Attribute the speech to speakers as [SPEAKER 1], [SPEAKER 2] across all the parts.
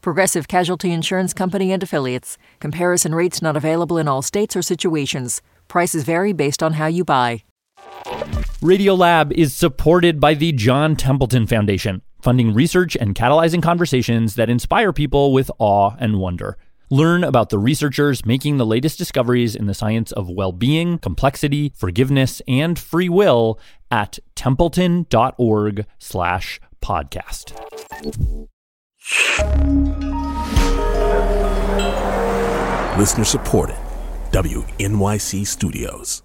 [SPEAKER 1] Progressive Casualty Insurance Company and affiliates. Comparison rates not available in all states or situations. Prices vary based on how you buy.
[SPEAKER 2] Radiolab is supported by the John Templeton Foundation, funding research and catalyzing conversations that inspire people with awe and wonder. Learn about the researchers making the latest discoveries in the science of well being, complexity, forgiveness, and free will at templeton.org slash podcast.
[SPEAKER 3] Listener supported. WNYC Studios.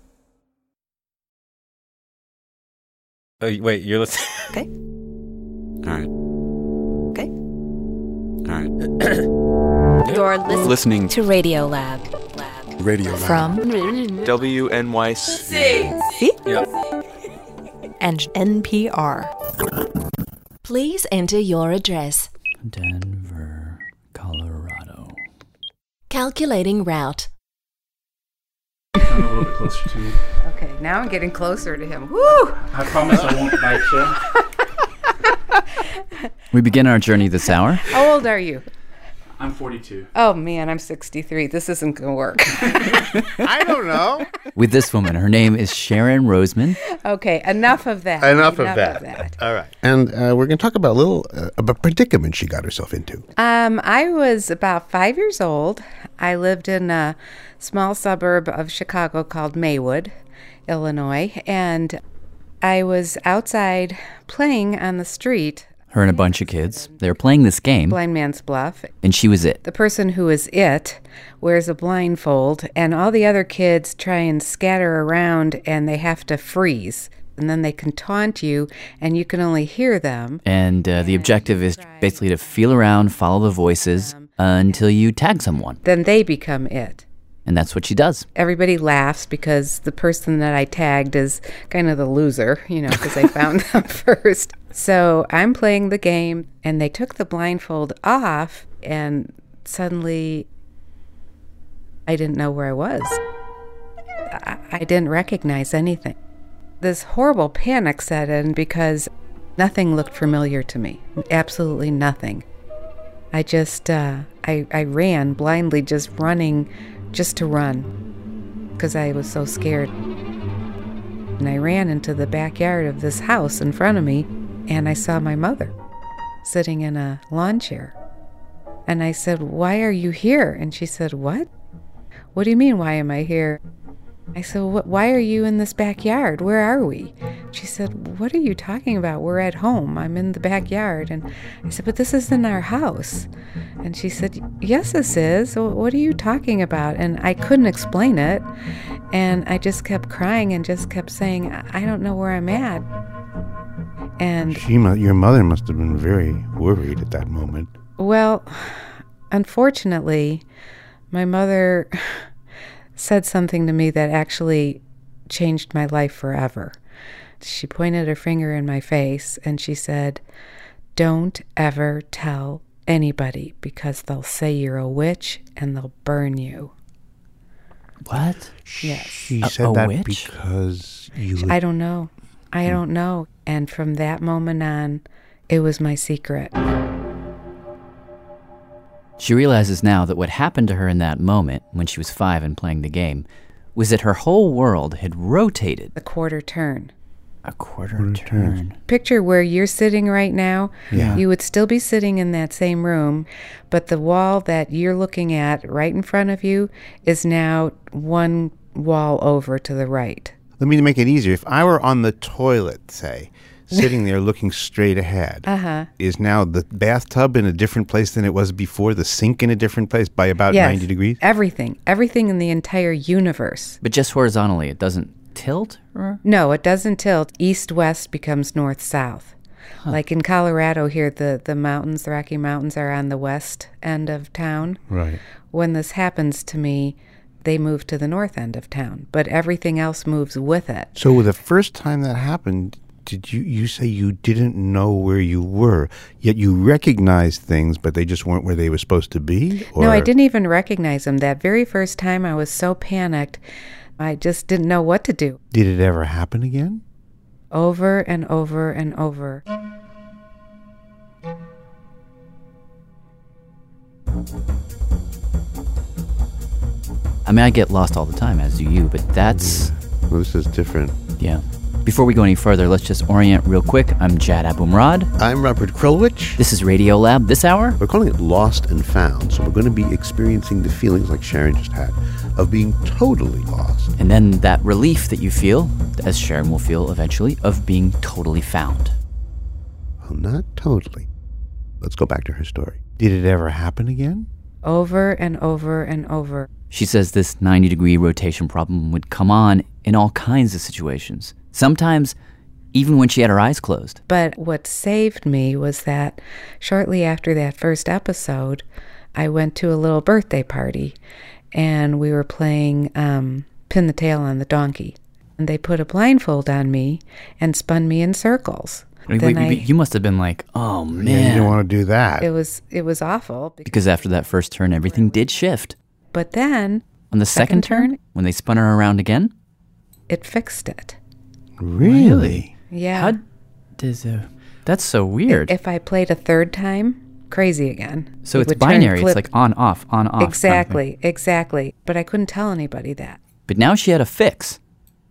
[SPEAKER 4] Oh, wait, you're listening.
[SPEAKER 5] Okay.
[SPEAKER 6] All right.
[SPEAKER 5] Okay.
[SPEAKER 6] All
[SPEAKER 5] You're listening,
[SPEAKER 6] Listening
[SPEAKER 5] to Radio Lab.
[SPEAKER 6] right. Radio
[SPEAKER 5] From
[SPEAKER 6] WNYC.
[SPEAKER 5] and NPR. Please enter your address.
[SPEAKER 2] Denver, Colorado.
[SPEAKER 5] Calculating route.
[SPEAKER 7] a little bit closer to me.
[SPEAKER 8] Okay, now I'm getting closer to him. Woo!
[SPEAKER 7] I promise I won't bite you.
[SPEAKER 6] We begin our journey this hour.
[SPEAKER 8] How old are you?
[SPEAKER 7] I'm 42.
[SPEAKER 8] Oh man, I'm 63. This isn't gonna work.
[SPEAKER 9] I don't know.
[SPEAKER 6] with this woman. Her name is Sharon Roseman.
[SPEAKER 8] okay, enough of that.
[SPEAKER 9] Enough, of, that. All right. And uh, we're going to talk about a little uh, of a predicament she got herself into.
[SPEAKER 8] Um, I was about five years old. I lived in a small suburb of Chicago called Maywood, Illinois, and I was outside playing on the street,
[SPEAKER 6] Her and a bunch of kids. They were playing this game,
[SPEAKER 8] Blind Man's Bluff,
[SPEAKER 6] and she was it.
[SPEAKER 8] The person who is it wears a blindfold, and all the other kids try and scatter around and they have to freeze. And then they can taunt you, and you can only hear them.
[SPEAKER 6] And uh, the objective is basically to feel around, follow the voices until you tag someone.
[SPEAKER 8] Then they become it.
[SPEAKER 6] And that's what she does.
[SPEAKER 8] Everybody laughs because the person that I tagged is kind of the loser, you know, because I found them first. So I'm playing the game, and they took the blindfold off, and suddenly I didn't know where I was. I, I didn't recognize anything. This horrible panic set in because nothing looked familiar to me. Absolutely nothing. I just, uh, I, I ran blindly, just running, just to run, because I was so scared. And I ran into the backyard of this house in front of me, and I saw my mother sitting in a lawn chair. And I said, Why are you here? And she said, What? What do you mean, why am I here? I said, what, Why are you in this backyard? Where are we? She said, What are you talking about? We're at home. I'm in the backyard. And I said, But this isn't our house. And she said, Yes, this is. Wh- What are you talking about? And I couldn't explain it. And I just kept crying and just kept saying, I I don't know where I'm at. And
[SPEAKER 9] She, mu- your mother must have been very worried at that moment.
[SPEAKER 8] Well, unfortunately, my mother said something to me that actually changed my life forever. She pointed her finger in my face and she said, Don't ever tell anybody because they'll say you're a witch and they'll burn you.
[SPEAKER 6] What?
[SPEAKER 8] Yes.
[SPEAKER 9] She
[SPEAKER 6] A-
[SPEAKER 9] said
[SPEAKER 6] a
[SPEAKER 9] that
[SPEAKER 6] witch?
[SPEAKER 9] because Hmm. you.
[SPEAKER 8] I don't know. I don't know. And from that moment on, it was my secret.
[SPEAKER 6] She realizes now that what happened to her in that moment, when she was five and playing the game, was that her whole world had rotated
[SPEAKER 8] The quarter turn.
[SPEAKER 6] a quarter
[SPEAKER 9] Quarter turn.
[SPEAKER 6] turn.
[SPEAKER 8] picture where you're sitting right now,
[SPEAKER 9] Yeah.
[SPEAKER 8] you would still be sitting in that same room, but the wall that you're looking at right in front of you is now one wall over to the right.
[SPEAKER 9] Let me make it easier. If I were on the toilet, say, sitting there looking straight ahead,
[SPEAKER 8] Uh,
[SPEAKER 9] uh-huh. is now the bathtub in a different place than it was before, the sink in a different place by about
[SPEAKER 8] Yes.
[SPEAKER 9] 90 degrees?
[SPEAKER 8] Everything, everything in the entire universe.
[SPEAKER 6] But just horizontally, it doesn't tilt or
[SPEAKER 8] No, it doesn't tilt. East west becomes north south. Like in Colorado here the the mountains, the Rocky Mountains are on the west end of town.
[SPEAKER 9] Right.
[SPEAKER 8] when this happens to me, they move to the north end of town, but everything else moves with it.
[SPEAKER 9] So the first time that happened, did you you say you didn't know where you were, yet you recognized things, but they just weren't where they were supposed to be?
[SPEAKER 8] No, I
[SPEAKER 9] Or-
[SPEAKER 8] didn't even recognize them. That very first time, I was so panicked, I just didn't know what to do.
[SPEAKER 9] Did it ever happen again?
[SPEAKER 8] Over and over and over.
[SPEAKER 6] I mean, I get lost all the time, as do you, but that's.
[SPEAKER 9] Well, this is different.
[SPEAKER 6] Yeah. Before we go any further, let's just orient real quick. I'm Jad Abumrad.
[SPEAKER 10] I'm Robert Krulwich.
[SPEAKER 6] This is Radio Lab this hour.
[SPEAKER 10] We're calling it Lost and Found, so we're going to be experiencing the feelings like Sharon just had of being totally lost.
[SPEAKER 6] And then that relief that you feel, as Sharon will feel eventually, of being totally found.
[SPEAKER 10] Well, not totally. Let's go back to her story.
[SPEAKER 9] Did it ever happen again?
[SPEAKER 8] Over and over and over.
[SPEAKER 6] She says this 90 degree rotation problem would come on in all kinds of situations. Sometimes, even when she had her eyes closed.
[SPEAKER 8] But what saved me was that shortly after that first episode, I went to a little birthday party and we were playing um, Pin the Tail on the Donkey. And they put a blindfold on me and spun me in circles.
[SPEAKER 6] Wait,
[SPEAKER 8] Then
[SPEAKER 6] wait, wait,
[SPEAKER 8] I-
[SPEAKER 6] you must have been like, oh
[SPEAKER 9] Yeah, you
[SPEAKER 6] man.
[SPEAKER 9] didn't want to do that.
[SPEAKER 8] it was it was awful.
[SPEAKER 6] because after that first turn, everything did shift.
[SPEAKER 8] But then
[SPEAKER 6] On the second,
[SPEAKER 8] Second turn?
[SPEAKER 6] turn, when they spun her around again,
[SPEAKER 8] it fixed it.
[SPEAKER 9] really?
[SPEAKER 8] Yeah.
[SPEAKER 6] How does uh, that's so weird.
[SPEAKER 8] if I played a third time, crazy again.
[SPEAKER 6] so
[SPEAKER 8] It
[SPEAKER 6] it's
[SPEAKER 8] would turn
[SPEAKER 6] binary. It's
[SPEAKER 8] flip.
[SPEAKER 6] like on off, on off. kind of thing.
[SPEAKER 8] exactly, exactly. But I couldn't tell anybody that.
[SPEAKER 6] But now she had a fix,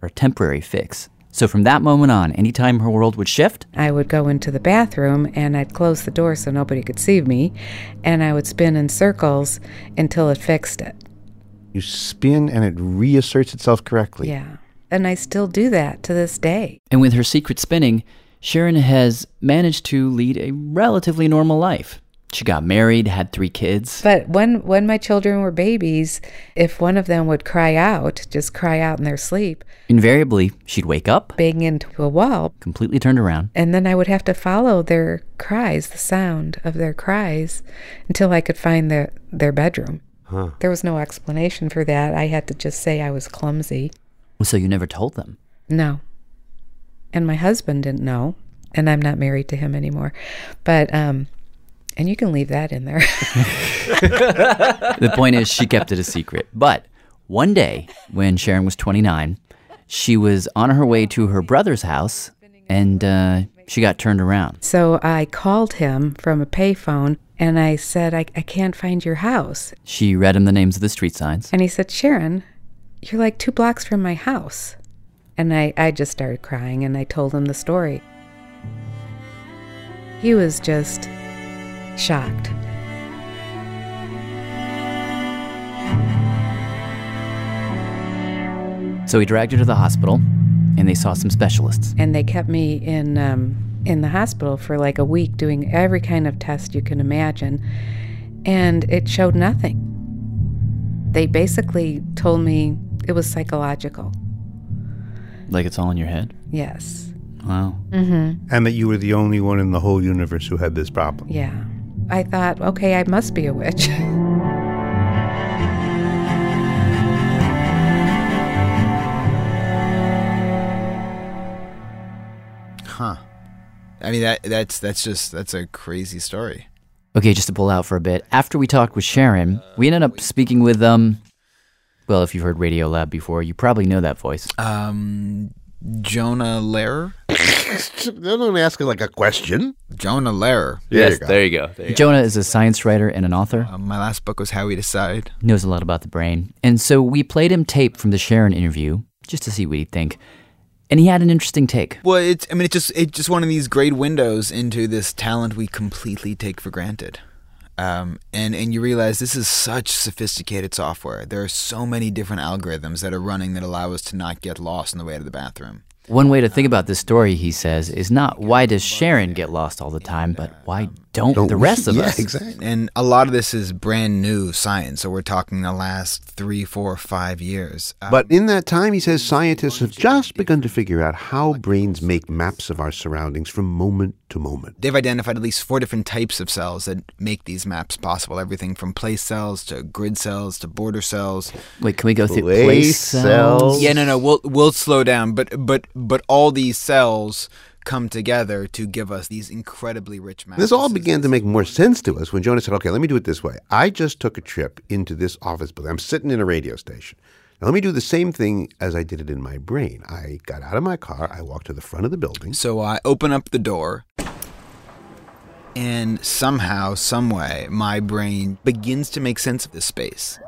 [SPEAKER 6] or a temporary fix. So from that moment on, anytime her world would shift,
[SPEAKER 8] I would go into the bathroom and I'd close the door so nobody could see me, and I would spin in circles until it fixed it.
[SPEAKER 9] You spin and it reasserts itself correctly.
[SPEAKER 8] Yeah. And I still do that to this day.
[SPEAKER 6] and with her secret spinning, Sharon has managed to lead a relatively normal life. She got married, had three kids.
[SPEAKER 8] But when when my children were babies, if one of them would cry out, just cry out in their sleep,
[SPEAKER 6] Invariably, she'd wake up,
[SPEAKER 8] bang into a wall,
[SPEAKER 6] completely turned around.
[SPEAKER 8] and then I would have to follow their cries, the sound of their cries, until I could find their their bedroom. There was no explanation for that. I had to just say I was clumsy.
[SPEAKER 6] So you never told them.
[SPEAKER 8] No. And my husband didn't know, and I'm not married to him anymore. But um and you can leave that in there.
[SPEAKER 6] the point is, she kept it a secret. But one day, when Sharon was 29, she was on her way to her brother's house and uh, she got turned around.
[SPEAKER 8] so I called him from a payphone and I said, I, I can't find your house.
[SPEAKER 6] She read him the names of the street signs.
[SPEAKER 8] And he said, Sharon, you're like two blocks from my house. And I, I just started crying and I told him the story. He was just shocked.
[SPEAKER 6] So he dragged her to the hospital and they saw some specialists.
[SPEAKER 8] And they kept me in, um, in the hospital for like a week doing every kind of test you can imagine. And it showed nothing. They basically told me it was psychological.
[SPEAKER 6] Like it's all in your head.
[SPEAKER 8] Yes.
[SPEAKER 6] Wow.
[SPEAKER 9] And that you were the only one in the whole universe who had this problem.
[SPEAKER 8] Yeah. I thought, okay, I must be a witch.
[SPEAKER 11] Huh. I mean that that's that's just that's a crazy story.
[SPEAKER 6] Okay, just to pull out for a bit. After we talked with Sharon, we ended up speaking with, um, well, if you've heard Radio Lab before, you probably know that voice.
[SPEAKER 11] Um Jonah Lehrer?
[SPEAKER 10] Don't ask it like a question.
[SPEAKER 11] Jonah Lehrer.
[SPEAKER 10] Yes, there you go.
[SPEAKER 6] Jonah is a science writer and an author.
[SPEAKER 11] Um, my last book was How We Decide.
[SPEAKER 6] knows a lot about the brain. And so we played him tape from the Sharon interview just to see what he'd think. And he had an interesting take.
[SPEAKER 11] Well, it's I mean it's just it's just one of these great windows into this talent we completely take for granted. Um, and and you realize this is such sophisticated software. There are so many different algorithms that are running that allow us to not get lost on the way to the bathroom.
[SPEAKER 6] One way to think about this story, he says, is not why does Sharon get lost all the time, but why don't, the rest of
[SPEAKER 11] yeah,
[SPEAKER 6] us.
[SPEAKER 11] Exactly. And a lot of this is brand new science. So we're talking the last three, four, five years. Uh,
[SPEAKER 9] But in that time, he says scientists have just begun to figure out how brains make maps of our surroundings from moment to moment.
[SPEAKER 11] They've identified at least four different types of cells that make these maps possible. Everything from place cells to grid cells to border cells.
[SPEAKER 6] Wait, can we go through Place place cells? cells?
[SPEAKER 11] Yeah, no, no. We'll we'll slow down. But but but all these cells come together to give us these incredibly rich maps.
[SPEAKER 9] This all began to make more sense to us when Jonah said, okay, let me do it this way. I just took a trip into this office building. I'm sitting in a radio station. Now, let me do the same thing as I did it in my brain. I got out of my car, I walked to the front of the building.
[SPEAKER 11] So I open up the door, and somehow, someway, my brain begins to make sense of this space.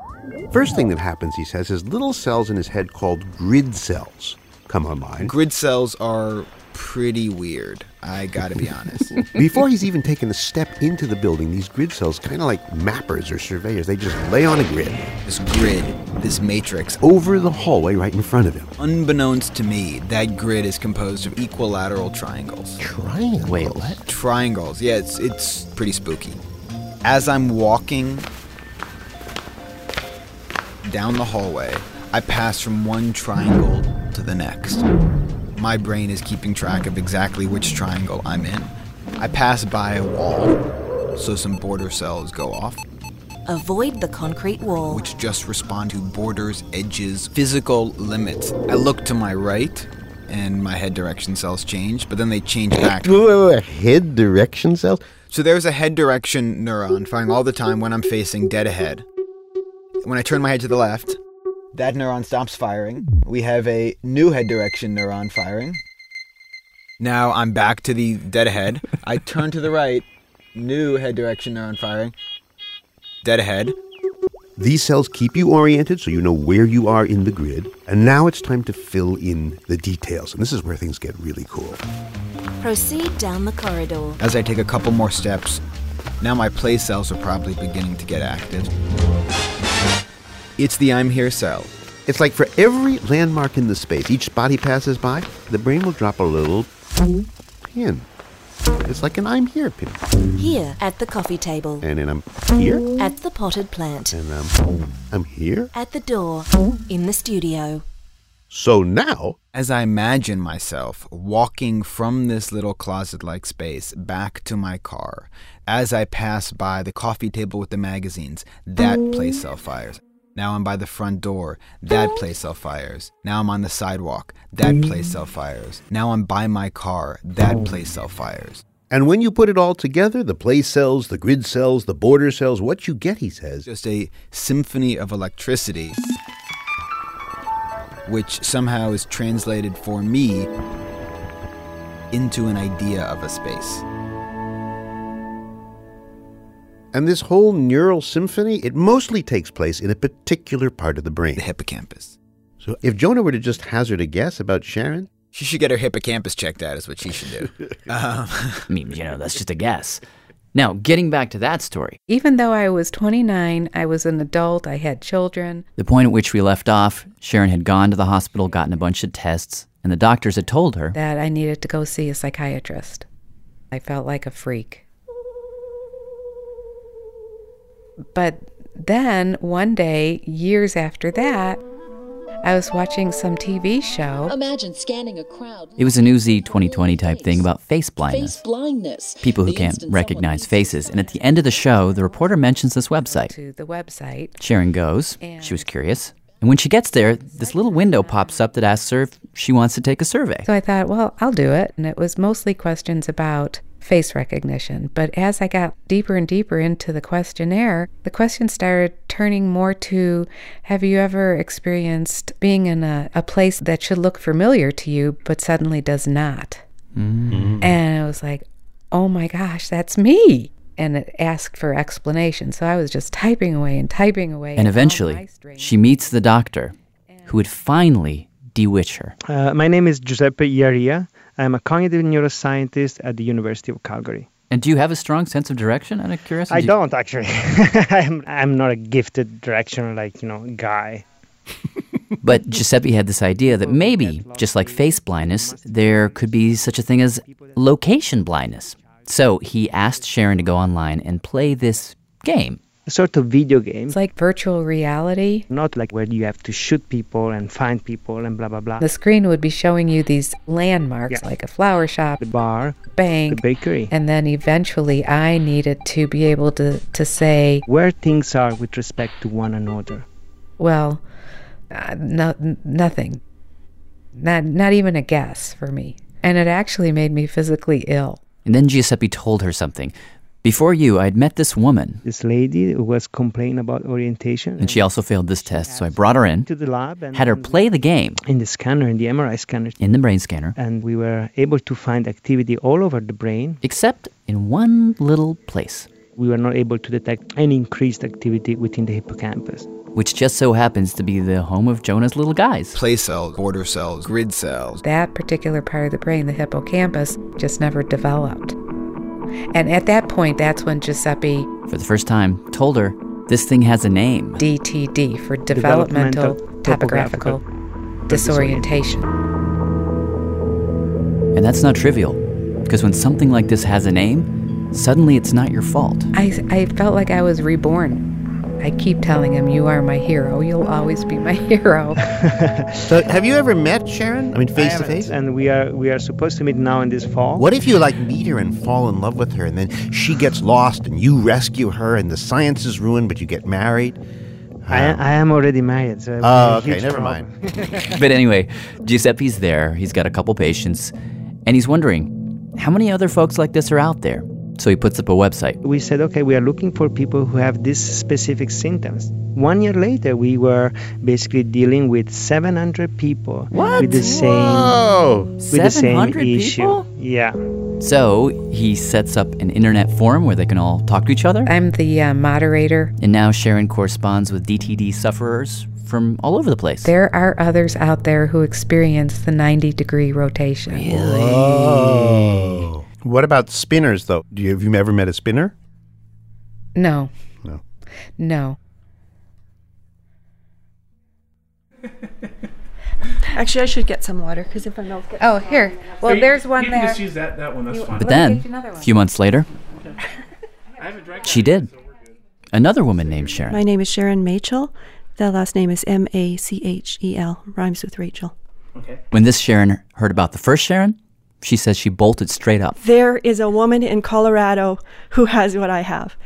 [SPEAKER 9] First thing that happens, he says, is little cells in his head called grid cells come online.
[SPEAKER 11] Grid cells are pretty weird. I gotta be honest.
[SPEAKER 9] Before he's even taken a step into the building, these grid cells, kind of like mappers or surveyors, they just lay on a grid.
[SPEAKER 11] This grid, this matrix.
[SPEAKER 9] Over the hallway right in front of him.
[SPEAKER 11] Unbeknownst to me, that grid is composed of equilateral triangles.
[SPEAKER 9] Triangles?
[SPEAKER 6] Wait, what?
[SPEAKER 11] Triangles. Yeah, it's, it's pretty spooky. As I'm walking down the hallway, I pass from one triangle to the next. My brain is keeping track of exactly which triangle I'm in. I pass by a wall, so some border cells go off,
[SPEAKER 5] Avoid the concrete wall.
[SPEAKER 11] which just respond to borders, edges, physical limits. I look to my right, and my head direction cells change, but then they change back.
[SPEAKER 9] Wait, wait, wait, Head direction cells?
[SPEAKER 11] So there's a head direction neuron firing all the time when I'm facing dead ahead. When I turn my head to the left, that neuron stops firing. We have a new head direction neuron firing. Now I'm back to the dead ahead. I turn to the right, new head direction neuron firing. Dead ahead.
[SPEAKER 9] These cells keep you oriented so you know where you are in the grid. And now it's time to fill in the details. And this is where things get really cool.
[SPEAKER 5] Proceed down the corridor.
[SPEAKER 11] As I take a couple more steps, now my play cells are probably beginning to get active. It's the I'm here cell.
[SPEAKER 9] It's like for every landmark in the space, each spot he passes by, the brain will drop a little pin. It's like an I'm here pin.
[SPEAKER 5] Here at the coffee table.
[SPEAKER 9] And then I'm here.
[SPEAKER 5] At the potted plant.
[SPEAKER 9] And um, I'm here.
[SPEAKER 5] At the door. In the studio.
[SPEAKER 9] So now,
[SPEAKER 11] as I imagine myself walking from this little closet like space back to my car, as I pass by the coffee table with the magazines, that place cell fires. Now I'm by the front door, that place cell fires. Now I'm on the sidewalk, that place cell fires. Now I'm by my car, that place cell fires.
[SPEAKER 9] And when you put it all together, the place cells, the grid cells, the border cells, what you get, he says.
[SPEAKER 11] Just a symphony of electricity, which somehow is translated for me into an idea of a space.
[SPEAKER 9] And this whole neural symphony, it mostly takes place in a particular part of the brain the
[SPEAKER 11] hippocampus.
[SPEAKER 9] So if Jonah were to just hazard a guess about Sharon,
[SPEAKER 11] She should get her hippocampus checked out, is what she should do. Um,
[SPEAKER 6] I mean, you know, that's just a guess. Now, getting back to that story,
[SPEAKER 8] Even though I was 29, I was an adult, I had children.
[SPEAKER 6] the point at which we left off, Sharon had gone to the hospital, gotten a bunch of tests, and the doctors had told her
[SPEAKER 8] that I needed to go see a psychiatrist. I felt like a freak. But then one day, years after that, I was watching some TV show.
[SPEAKER 12] Imagine scanning a crowd.
[SPEAKER 6] it was an Uzi 2020 type thing about face blindness.
[SPEAKER 12] Face blindness.
[SPEAKER 6] People who can't recognize faces. And at the end of the show, the reporter mentions this website.
[SPEAKER 8] to the website.
[SPEAKER 6] Sharon goes. She was curious. And when she gets there, this little window pops up that asks her if she wants to take a survey.
[SPEAKER 8] So I thought, well, I'll do it. And it was mostly questions about face recognition. But as I got deeper and deeper into the questionnaire, the question started turning more to Have you ever experienced being in a, a place that should look familiar to you, but suddenly does not?
[SPEAKER 6] Mm-hmm.
[SPEAKER 8] And I was like, oh my gosh, that's me. And it asked for explanation. So I was just typing away and typing away.
[SPEAKER 6] And eventually, she meets the doctor who would finally bewitch her.
[SPEAKER 13] Uh, my name is Giuseppe Iaria. I'm a cognitive neuroscientist at the University of Calgary.
[SPEAKER 6] And do you have a strong sense of direction out of curiosity?
[SPEAKER 13] I
[SPEAKER 6] Do you-
[SPEAKER 13] don't actually. I'm, I'm not a gifted directional like you know guy.
[SPEAKER 6] But Giuseppe had this idea that maybe, just like face blindness, there could be such a thing as location blindness. So he asked Sharon to go online and play this game.
[SPEAKER 13] A sort of video game.
[SPEAKER 8] It's like virtual reality.
[SPEAKER 13] Not like where you have to shoot people and find people and blah, blah, blah.
[SPEAKER 8] The screen would be showing you these landmarks like a flower shop,
[SPEAKER 13] the bar,
[SPEAKER 8] bank,
[SPEAKER 13] the bakery.
[SPEAKER 8] And then eventually I needed to be able to, to say,
[SPEAKER 13] where things are with respect to one another.
[SPEAKER 8] well, uh, no, n- nothing. Not, not even a guess for me. And it actually made me physically ill.
[SPEAKER 6] And then Giuseppe told her something. Before you, I'd met this woman,
[SPEAKER 13] This lady who was complaining about orientation
[SPEAKER 6] and she also failed this test, so I brought her in,
[SPEAKER 13] to the lab and
[SPEAKER 6] had her play the game
[SPEAKER 13] in the scanner, in the MRI scanner.
[SPEAKER 6] in the brain scanner,
[SPEAKER 13] And we were able to find activity all over the brain.
[SPEAKER 6] except in one little place,
[SPEAKER 13] We were not able to detect any increased activity within the hippocampus.
[SPEAKER 6] which just so happens to be the home of Jonah's little guys.
[SPEAKER 11] Play cells, border cells, grid cells.
[SPEAKER 8] That particular part of the brain, the hippocampus, just never developed. And at that point, that's when Giuseppe
[SPEAKER 6] For the first time, told her this thing has a name.
[SPEAKER 8] DTD for developmental,
[SPEAKER 13] Developmental
[SPEAKER 8] topographical, disorientation.
[SPEAKER 6] And that's not trivial, because when something like this has a name, suddenly it's not your fault.
[SPEAKER 8] I, I felt like I was reborn. I keep telling him, You are my hero. You'll always be my hero.
[SPEAKER 9] So, have you ever met Sharon? I mean, face to face.
[SPEAKER 13] And we are we are supposed to meet now in this fall.
[SPEAKER 9] What if you like meet her and fall in love with her, and then she gets lost, and you rescue her, and the science is ruined, but you get married? Uh,
[SPEAKER 13] I, I am already married. So it
[SPEAKER 9] Oh,
[SPEAKER 13] was a
[SPEAKER 9] okay,
[SPEAKER 13] huge
[SPEAKER 9] never
[SPEAKER 13] problem.
[SPEAKER 6] but uh, anyway, Giuseppe's there. He's got a couple patients, and he's wondering how many other folks like this are out there. So he puts up a website.
[SPEAKER 13] we said, okay, we are looking for people who have these specific symptoms. One year later, we were basically dealing with 700 people with the same with the same
[SPEAKER 6] 700
[SPEAKER 13] issue.
[SPEAKER 6] people?
[SPEAKER 13] Yeah.
[SPEAKER 6] So he sets up an internet forum where they can all talk to each other.
[SPEAKER 8] I'm the uh, moderator.
[SPEAKER 6] And now Sharon corresponds with DTD sufferers from all over the place.
[SPEAKER 8] There are others out there who experience the 90 degree rotation. Really?
[SPEAKER 9] Oh. What about spinners, though? Do you, have you ever met a spinner?
[SPEAKER 8] No.
[SPEAKER 9] No.
[SPEAKER 8] No.
[SPEAKER 14] Actually, I should get some water because if I don't get
[SPEAKER 8] Oh, here. Well, there's one
[SPEAKER 3] you
[SPEAKER 8] there.
[SPEAKER 3] can just use that, that one. That's fine.
[SPEAKER 6] But then, a few months later, she did. Another woman named Sharon.
[SPEAKER 14] My name is Sharon Machel. The last name is M A C H E L. Rhymes with Rachel.
[SPEAKER 6] When this Sharon heard about the first Sharon, she says she bolted straight up.
[SPEAKER 14] There is a woman in Colorado who has what I have.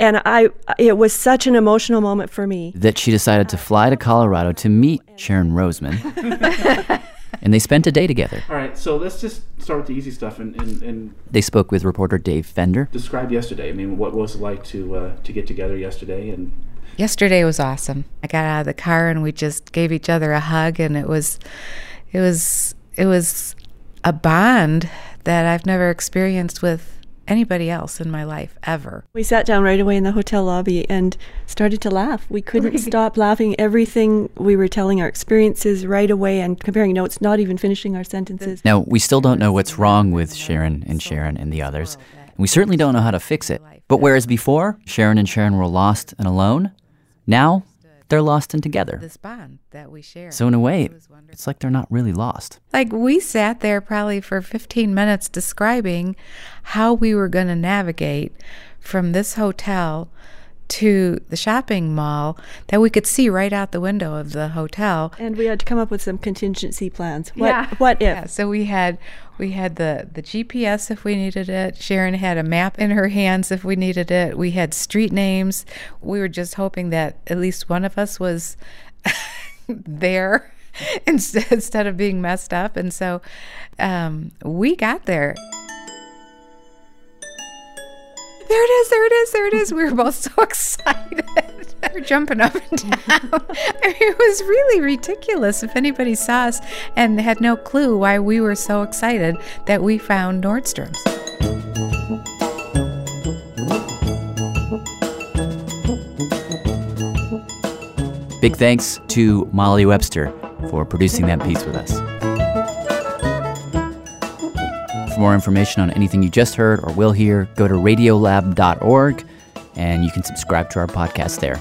[SPEAKER 14] And I it was such an emotional moment for me.
[SPEAKER 6] that she decided to fly to Colorado to meet Sharon Roseman, and they spent a day together.
[SPEAKER 3] All right, so let's just start with the easy stuff and, and, and
[SPEAKER 6] They spoke with reporter Dave Fender.
[SPEAKER 3] describe yesterday. I mean, what was it like to uh, to get together yesterday? And
[SPEAKER 8] Yesterday was awesome. I got out of the car and we just gave each other a hug and it was it was it was a bond that I've never experienced with anybody else in my life ever.
[SPEAKER 14] We sat down right away in the hotel lobby and started to laugh. We couldn't stop laughing. Everything we were telling our experiences right away and comparing notes, not even finishing our sentences.
[SPEAKER 6] Now, we still don't know what's wrong with Sharon and Sharon and the others, and we certainly don't know how to fix it. But whereas before, Sharon and Sharon were lost and alone, now they're lost and together.
[SPEAKER 8] This bond that we share.
[SPEAKER 6] So, in a way, it's like they're not really lost.
[SPEAKER 8] Like we sat there probably for 15 minutes describing how we were going to navigate from this hotel to the shopping mall that we could see right out the window of the hotel.
[SPEAKER 14] And we had to come up with some contingency plans. What,
[SPEAKER 8] Yeah.
[SPEAKER 14] what if?
[SPEAKER 8] Yeah, so we had we had the the GPS if we needed it. Sharon had a map in her hands if we needed it. We had street names. We were just hoping that at least one of us was there instead instead of being messed up. And so um, we got there. There it is, there it is, there it is. We were both so excited. we were jumping up and down. I mean, it was really ridiculous if anybody saw us and had no clue why we were so excited that we found Nordstrom's.
[SPEAKER 6] Big thanks to Molly Webster for producing that piece with us. For more information on anything you just heard or will hear, go to radiolab.org and you can subscribe to our podcast there.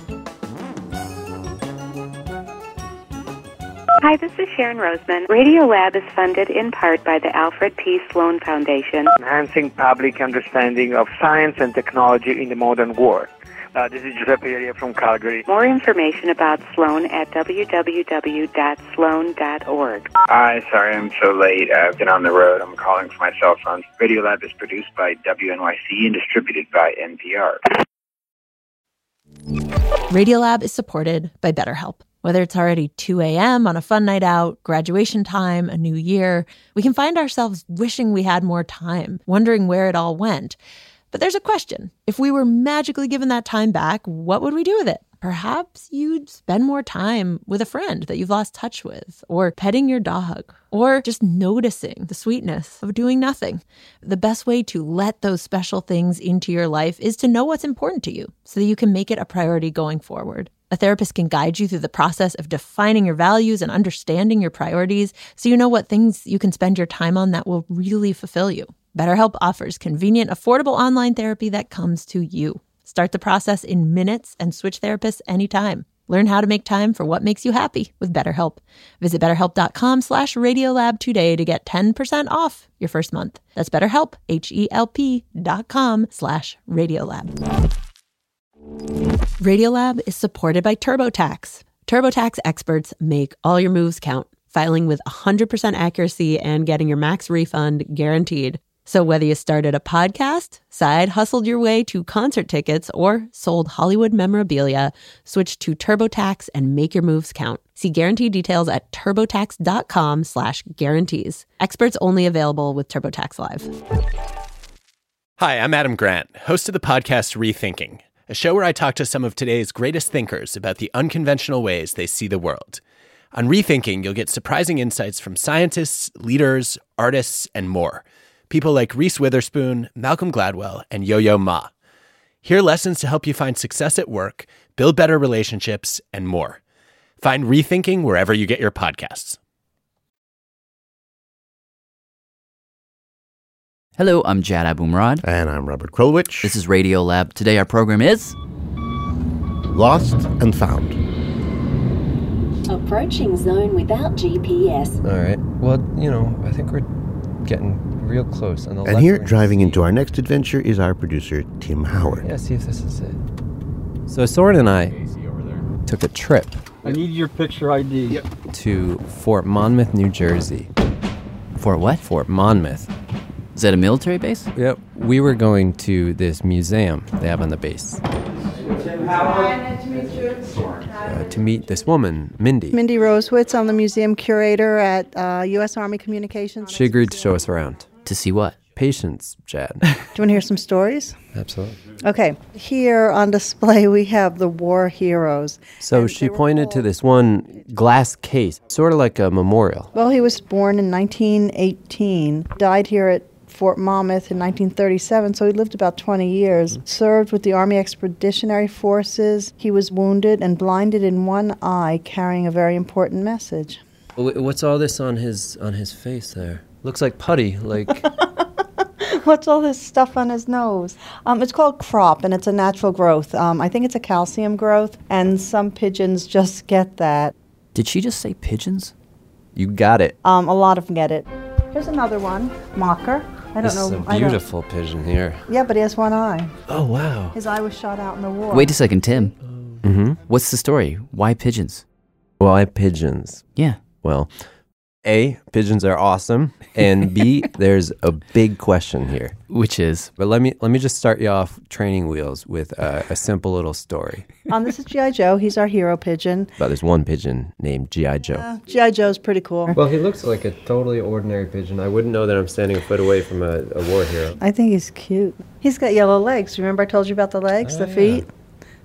[SPEAKER 15] Hi, this is Sharon Roseman. Radiolab is funded in part by the Alfred P. Sloan Foundation.
[SPEAKER 11] enhancing public understanding of science and technology in the modern world. Uh, this is Giuseppe Ieria from Calgary.
[SPEAKER 15] More information about Sloan at www.sloan.org.
[SPEAKER 16] Hi, sorry I'm so late. I've been on the road. I'm calling from my cell phone. Radiolab is produced by WNYC and distributed by NPR.
[SPEAKER 17] Radiolab is supported by BetterHelp. Whether it's already 2 a.m. on a fun night out, graduation time, a new year, we can find ourselves wishing we had more time, wondering where it all went. But there's a question if we were magically given that time back, what would we do with it? Perhaps you'd spend more time with a friend that you've lost touch with, or petting your dog, or just noticing the sweetness of doing nothing. The best way to let those special things into your life is to know what's important to you so that you can make it a priority going forward. A therapist can guide you through the process of defining your values and understanding your priorities so you know what things you can spend your time on that will really fulfill you. BetterHelp offers convenient, affordable online therapy that comes to you. Start the process in minutes and switch therapists anytime. Learn how to make time for what makes you happy with BetterHelp. Visit betterhelp.com slash radiolab today to get 10% off your first month. That's betterhelp, H-E-L-P dot com slash radiolab. Radiolab is supported by TurboTax. TurboTax experts make all your moves count, filing with 100% accuracy and getting your max refund guaranteed. So whether you started a podcast, side hustled your way to concert tickets, or sold Hollywood memorabilia, switch to TurboTax and make your moves count. See guarantee details at turbotax.com slash guarantees. Experts only available with TurboTax Live.
[SPEAKER 18] Hi, I'm Adam Grant, host of the podcast Rethinking, a show where I talk to some of today's greatest thinkers about the unconventional ways they see the world. On Rethinking, you'll get surprising insights from scientists, leaders, artists, and more people like Reese Witherspoon, Malcolm Gladwell, and Yo Yo Ma. Hear lessons to help you find success at work, build better relationships, and more. Find Rethinking wherever you get your podcasts.
[SPEAKER 6] Hello, I'm Jad Abumrad.
[SPEAKER 13] And I'm Robert Krulwich.
[SPEAKER 6] This is Radio Lab. Today, our program is
[SPEAKER 13] Lost and Found.
[SPEAKER 19] Approaching zone without GPS.
[SPEAKER 10] All right. Well, you know, I think we're getting real close. On the
[SPEAKER 13] And here, driving into our next adventure, is our producer, Tim Howard.
[SPEAKER 10] Yeah, see if this is it. So Soren and I took a trip
[SPEAKER 20] I need your picture ID.
[SPEAKER 10] to Fort Monmouth, New Jersey.
[SPEAKER 6] Fort what?
[SPEAKER 10] Fort Monmouth.
[SPEAKER 6] Is that a military base?
[SPEAKER 10] Yep. We were going to this museum they have on the base uh, to meet this woman, Mindy.
[SPEAKER 21] Mindy Rosewitz. I'm the museum curator at uh, U.S. Army Communications.
[SPEAKER 10] She agreed to show us around.
[SPEAKER 6] To see what?
[SPEAKER 10] Patience, Jad.
[SPEAKER 21] Do you want to hear some stories?
[SPEAKER 10] Absolutely.
[SPEAKER 21] Okay. Here on display, we have the war heroes.
[SPEAKER 10] So she pointed to this one glass case, sort of like a memorial.
[SPEAKER 21] Well, he was born in 1918, died here at Fort Monmouth in 1937, so he lived about 20 years. Served with the Army Expeditionary Forces. He was wounded and blinded in one eye, carrying a very important message.
[SPEAKER 10] Wh- What's all this on his on his face there? Looks like putty. Like
[SPEAKER 21] What's all this stuff on his nose? Um, it's called crop, and it's a natural growth. Um, I think it's a calcium growth, and some pigeons just get that.
[SPEAKER 6] Did she just say pigeons?
[SPEAKER 10] you got it.
[SPEAKER 21] Um, a lot of them get it. Here's another one, mocker. I don't
[SPEAKER 10] this
[SPEAKER 21] know.
[SPEAKER 10] is a
[SPEAKER 21] I don't-
[SPEAKER 10] beautiful pigeon here.
[SPEAKER 21] yeah, but he has one eye.
[SPEAKER 10] Oh wow.
[SPEAKER 21] His eye was shot out in the war.
[SPEAKER 6] Wait a second, Tim.
[SPEAKER 10] Mm-hmm.
[SPEAKER 6] What's the story? Why pigeons?
[SPEAKER 10] Why pigeons?
[SPEAKER 6] Yeah.
[SPEAKER 10] Well, A, pigeons are awesome, and B, there's a big question here,
[SPEAKER 6] which is.
[SPEAKER 10] But let me let me just start you off training wheels with uh, a simple little story
[SPEAKER 21] Um, this is G.I. Joe. He's our hero pigeon.
[SPEAKER 10] about this one pigeon named GI Joe.
[SPEAKER 21] Uh, G.I. Joe's pretty cool.
[SPEAKER 10] Well, he looks like a totally ordinary pigeon. I wouldn't know that I'm standing a foot away from a, a war hero.
[SPEAKER 21] I think he's cute. He's got yellow legs. Remember I told you about the legs, the feet?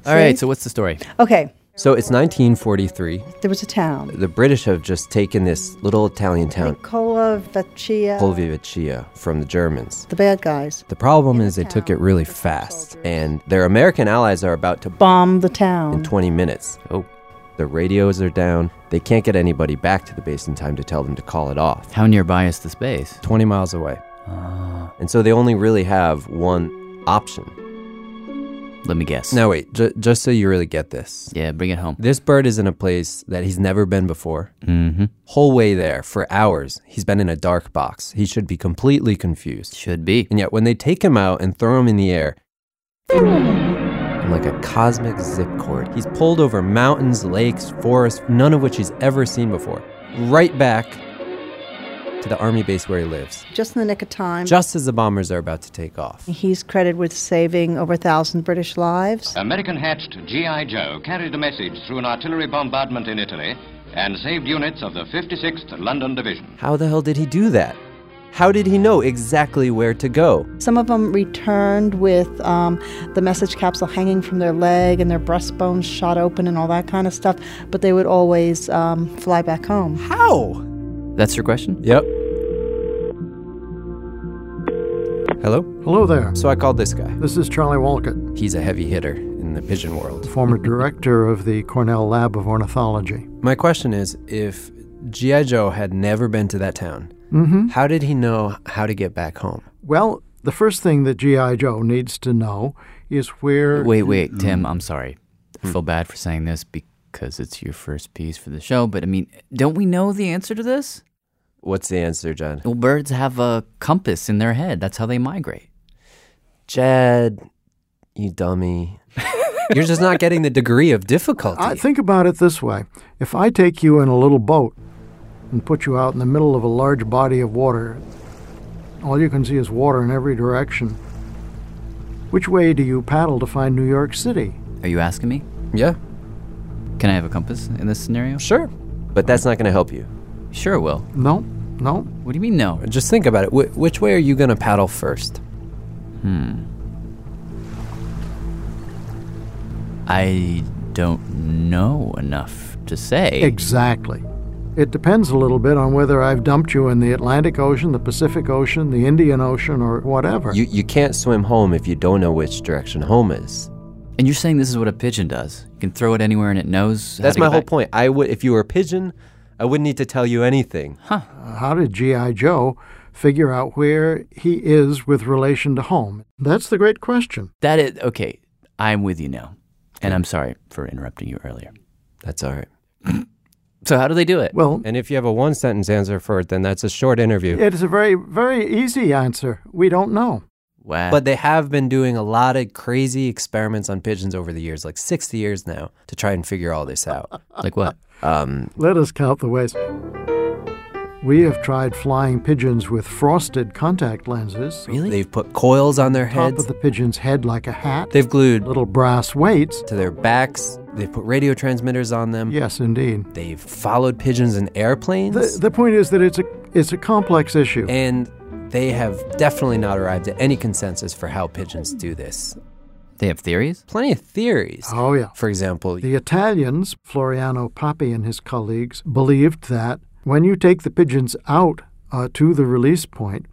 [SPEAKER 10] Oh, All right, so what's the story?
[SPEAKER 21] Okay,
[SPEAKER 10] So it's 1943.
[SPEAKER 21] there was a town.
[SPEAKER 10] The British have just taken this little Italian town,
[SPEAKER 21] Cola Vecchia.
[SPEAKER 10] Polvivecchia, from the Germans.
[SPEAKER 21] The bad guys.
[SPEAKER 10] The problem is they took it really fast, and their American allies are about to
[SPEAKER 21] Bomb the town.
[SPEAKER 10] in 20 minutes. Oh. The radios are down. They can't get anybody back to the base in time to tell them to call it off.
[SPEAKER 6] How nearby is Ah. this base?
[SPEAKER 10] 20 miles away. And so they only really have one option.
[SPEAKER 6] Let me guess.
[SPEAKER 10] Now, wait, ju- just so you really get this.
[SPEAKER 6] Yeah, bring it home.
[SPEAKER 10] This bird is in a place that he's never been before.
[SPEAKER 6] Mm-hmm.
[SPEAKER 10] Whole way there, for hours, he's been in a dark box. He should be completely confused.
[SPEAKER 6] Should be.
[SPEAKER 10] And yet, when they take him out and throw him in the air, like a cosmic zip cord, he's pulled over mountains, lakes, forests, none of which he's ever seen before, right back to the army base where he lives.
[SPEAKER 21] Just in the nick of time.
[SPEAKER 10] Just as the bombers are about to take off.
[SPEAKER 21] He's credited with saving over a thousand British lives.
[SPEAKER 1] American hatched G.I. Joe carried the message through an artillery bombardment in Italy and saved units of the 56th London Division.
[SPEAKER 10] How the hell did he do that? How did he know exactly where to go?
[SPEAKER 21] Some of them returned with um, the message capsule hanging from their leg and their breastbones shot open and all that kind of stuff, but they would always um, fly back home.
[SPEAKER 10] How?
[SPEAKER 6] That's your question?
[SPEAKER 10] Yep. Hello?
[SPEAKER 22] Hello there.
[SPEAKER 10] So I called this guy.
[SPEAKER 22] This is Charlie Walcott.
[SPEAKER 10] He's a heavy hitter in the pigeon world.
[SPEAKER 22] Former director of the Cornell Lab of Ornithology.
[SPEAKER 10] My question is if G.I. Joe had never been to that town,
[SPEAKER 22] Mm-hmm.
[SPEAKER 10] How did he know how to get back home?
[SPEAKER 22] Well, the first thing that G.I. Joe needs to know is where.
[SPEAKER 6] Wait,
[SPEAKER 10] Mm-hmm.
[SPEAKER 6] wait, Tim, I'm sorry. I
[SPEAKER 10] Hmm.
[SPEAKER 6] feel bad for saying this because it's your first piece for the show, but I mean, don't we know the answer to this?
[SPEAKER 10] What's the answer, John?
[SPEAKER 6] Well, birds have a compass in their head. That's how they migrate.
[SPEAKER 10] Jed, you dummy. You're just not getting the degree of difficulty.
[SPEAKER 22] I think about it this way if I take you in a little boat and put you out in the middle of a large body of water, all you can see is water in every direction. Which way do you paddle to find New York City?
[SPEAKER 6] Are you asking me?
[SPEAKER 10] Yeah.
[SPEAKER 6] Can I have a compass in this scenario?
[SPEAKER 10] Sure. But that's not going to help you.
[SPEAKER 6] Sure, it will.
[SPEAKER 22] No, no.
[SPEAKER 6] What do you mean, no?
[SPEAKER 10] Just think about it. Wh- which way are you going to paddle first?
[SPEAKER 6] Hmm. I don't know enough to say.
[SPEAKER 22] Exactly. It depends a little bit on whether I've dumped you in the Atlantic Ocean, the Pacific Ocean, the Indian Ocean, or whatever.
[SPEAKER 10] You, you can't swim home if you don't know which direction home is.
[SPEAKER 6] And you're saying this is what a pigeon does? You can throw it anywhere and it knows.
[SPEAKER 10] That's
[SPEAKER 6] how to
[SPEAKER 10] my
[SPEAKER 6] get
[SPEAKER 10] whole
[SPEAKER 6] back?
[SPEAKER 10] point. I would, if you were a pigeon, I wouldn't need to tell you anything.
[SPEAKER 6] Huh?
[SPEAKER 22] Uh, How did G.I. Joe figure out where he is with relation to home? That's the great question.
[SPEAKER 6] That is okay. I'm with you now, and I'm sorry for interrupting you earlier.
[SPEAKER 10] That's all right.
[SPEAKER 6] So how do they do it?
[SPEAKER 22] Well,
[SPEAKER 10] And if you have a one sentence answer for it, then that's a short interview.
[SPEAKER 22] it is a very, very easy answer. We don't know.
[SPEAKER 6] wow.
[SPEAKER 10] But they have been doing a lot of crazy experiments on pigeons over the years, like 60 years now, to try and figure all this out.
[SPEAKER 6] like what?
[SPEAKER 10] Um,
[SPEAKER 22] Let us count the ways. We have tried flying pigeons with frosted contact lenses,
[SPEAKER 6] Really?
[SPEAKER 10] They've put coils on their
[SPEAKER 22] top of
[SPEAKER 10] heads.
[SPEAKER 22] the pigeon's head like a hat,
[SPEAKER 10] They've glued
[SPEAKER 22] little brass weights.
[SPEAKER 10] to their backs. They've put radio transmitters on them.
[SPEAKER 22] Yes, indeed.
[SPEAKER 10] They've followed pigeons in
[SPEAKER 22] The,
[SPEAKER 10] airplanes.
[SPEAKER 22] the point is that it's a, it's a complex issue.
[SPEAKER 10] and they have definitely not arrived at any consensus for how pigeons do this.
[SPEAKER 6] they have theories.
[SPEAKER 10] Plenty of theories.
[SPEAKER 22] Oh, yeah.
[SPEAKER 10] For example,
[SPEAKER 22] The Italians, Floriano Papi and his colleagues, believed that when you take the pigeons out uh, to the release point,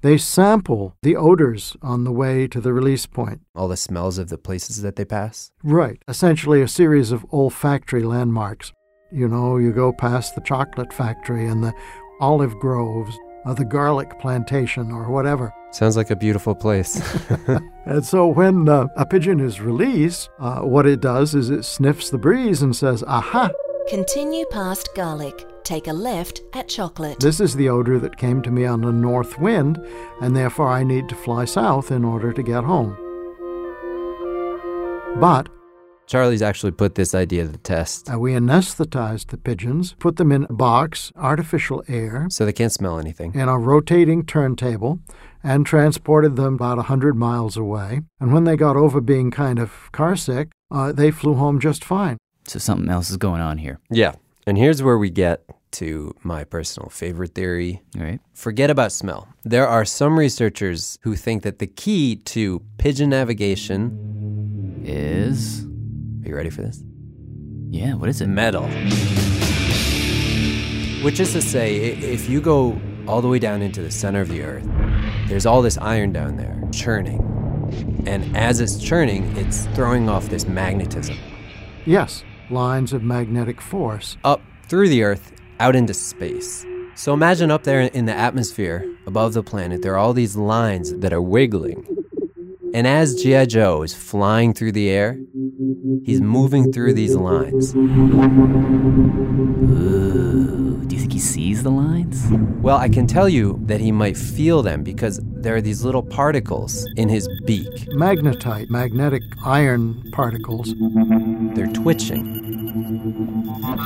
[SPEAKER 22] they sample the odors on the way to the release point.
[SPEAKER 10] all the smells of the places that they pass.
[SPEAKER 22] Right, essentially a series of olfactory landmarks. You know, you go past the chocolate factory and the olive groves or the garlic plantation or whatever.
[SPEAKER 10] Sounds like a beautiful place.
[SPEAKER 22] And so when uh, a pigeon is released, uh, what it does is it sniffs the breeze and says, aha,
[SPEAKER 5] Continue past garlic. Take a left at chocolate.
[SPEAKER 22] This is the odor that came to me on a north wind, and therefore I need to fly south in order to get home. But
[SPEAKER 10] Charlie's actually put this idea to the test,
[SPEAKER 22] uh, we anesthetized the pigeons, put them in a box, artificial air,
[SPEAKER 10] so they can't smell anything.
[SPEAKER 22] in a rotating turntable, and transported them about a 100 miles away. And when they got over being kind of car sick, uh, they flew home just fine.
[SPEAKER 6] So something else is going on here.
[SPEAKER 10] Yeah. And here's where we get to my personal favorite theory.
[SPEAKER 6] All right.
[SPEAKER 10] Forget about smell. There are some researchers who think that the key to pigeon navigation,
[SPEAKER 6] Is
[SPEAKER 10] are you ready for this?
[SPEAKER 6] yeah. What is it?
[SPEAKER 10] Metal. Which is to say, i- if you go all the way down into the center of the earth, there's all this iron down there churning. And as it's churning, it's throwing off this magnetism
[SPEAKER 22] Yes, lines of magnetic force.
[SPEAKER 10] up through the earth out into space. So imagine up there in the atmosphere above the planet, there are all these lines that are wiggling. And as G.I. Joe is flying through the air, he's moving through these lines.
[SPEAKER 6] Ooh, do you think he sees the lines?
[SPEAKER 10] Well, I can tell you that he might feel them because there are these little particles in his beak.
[SPEAKER 22] Magnetite, magnetic iron particles.
[SPEAKER 10] They're twitching.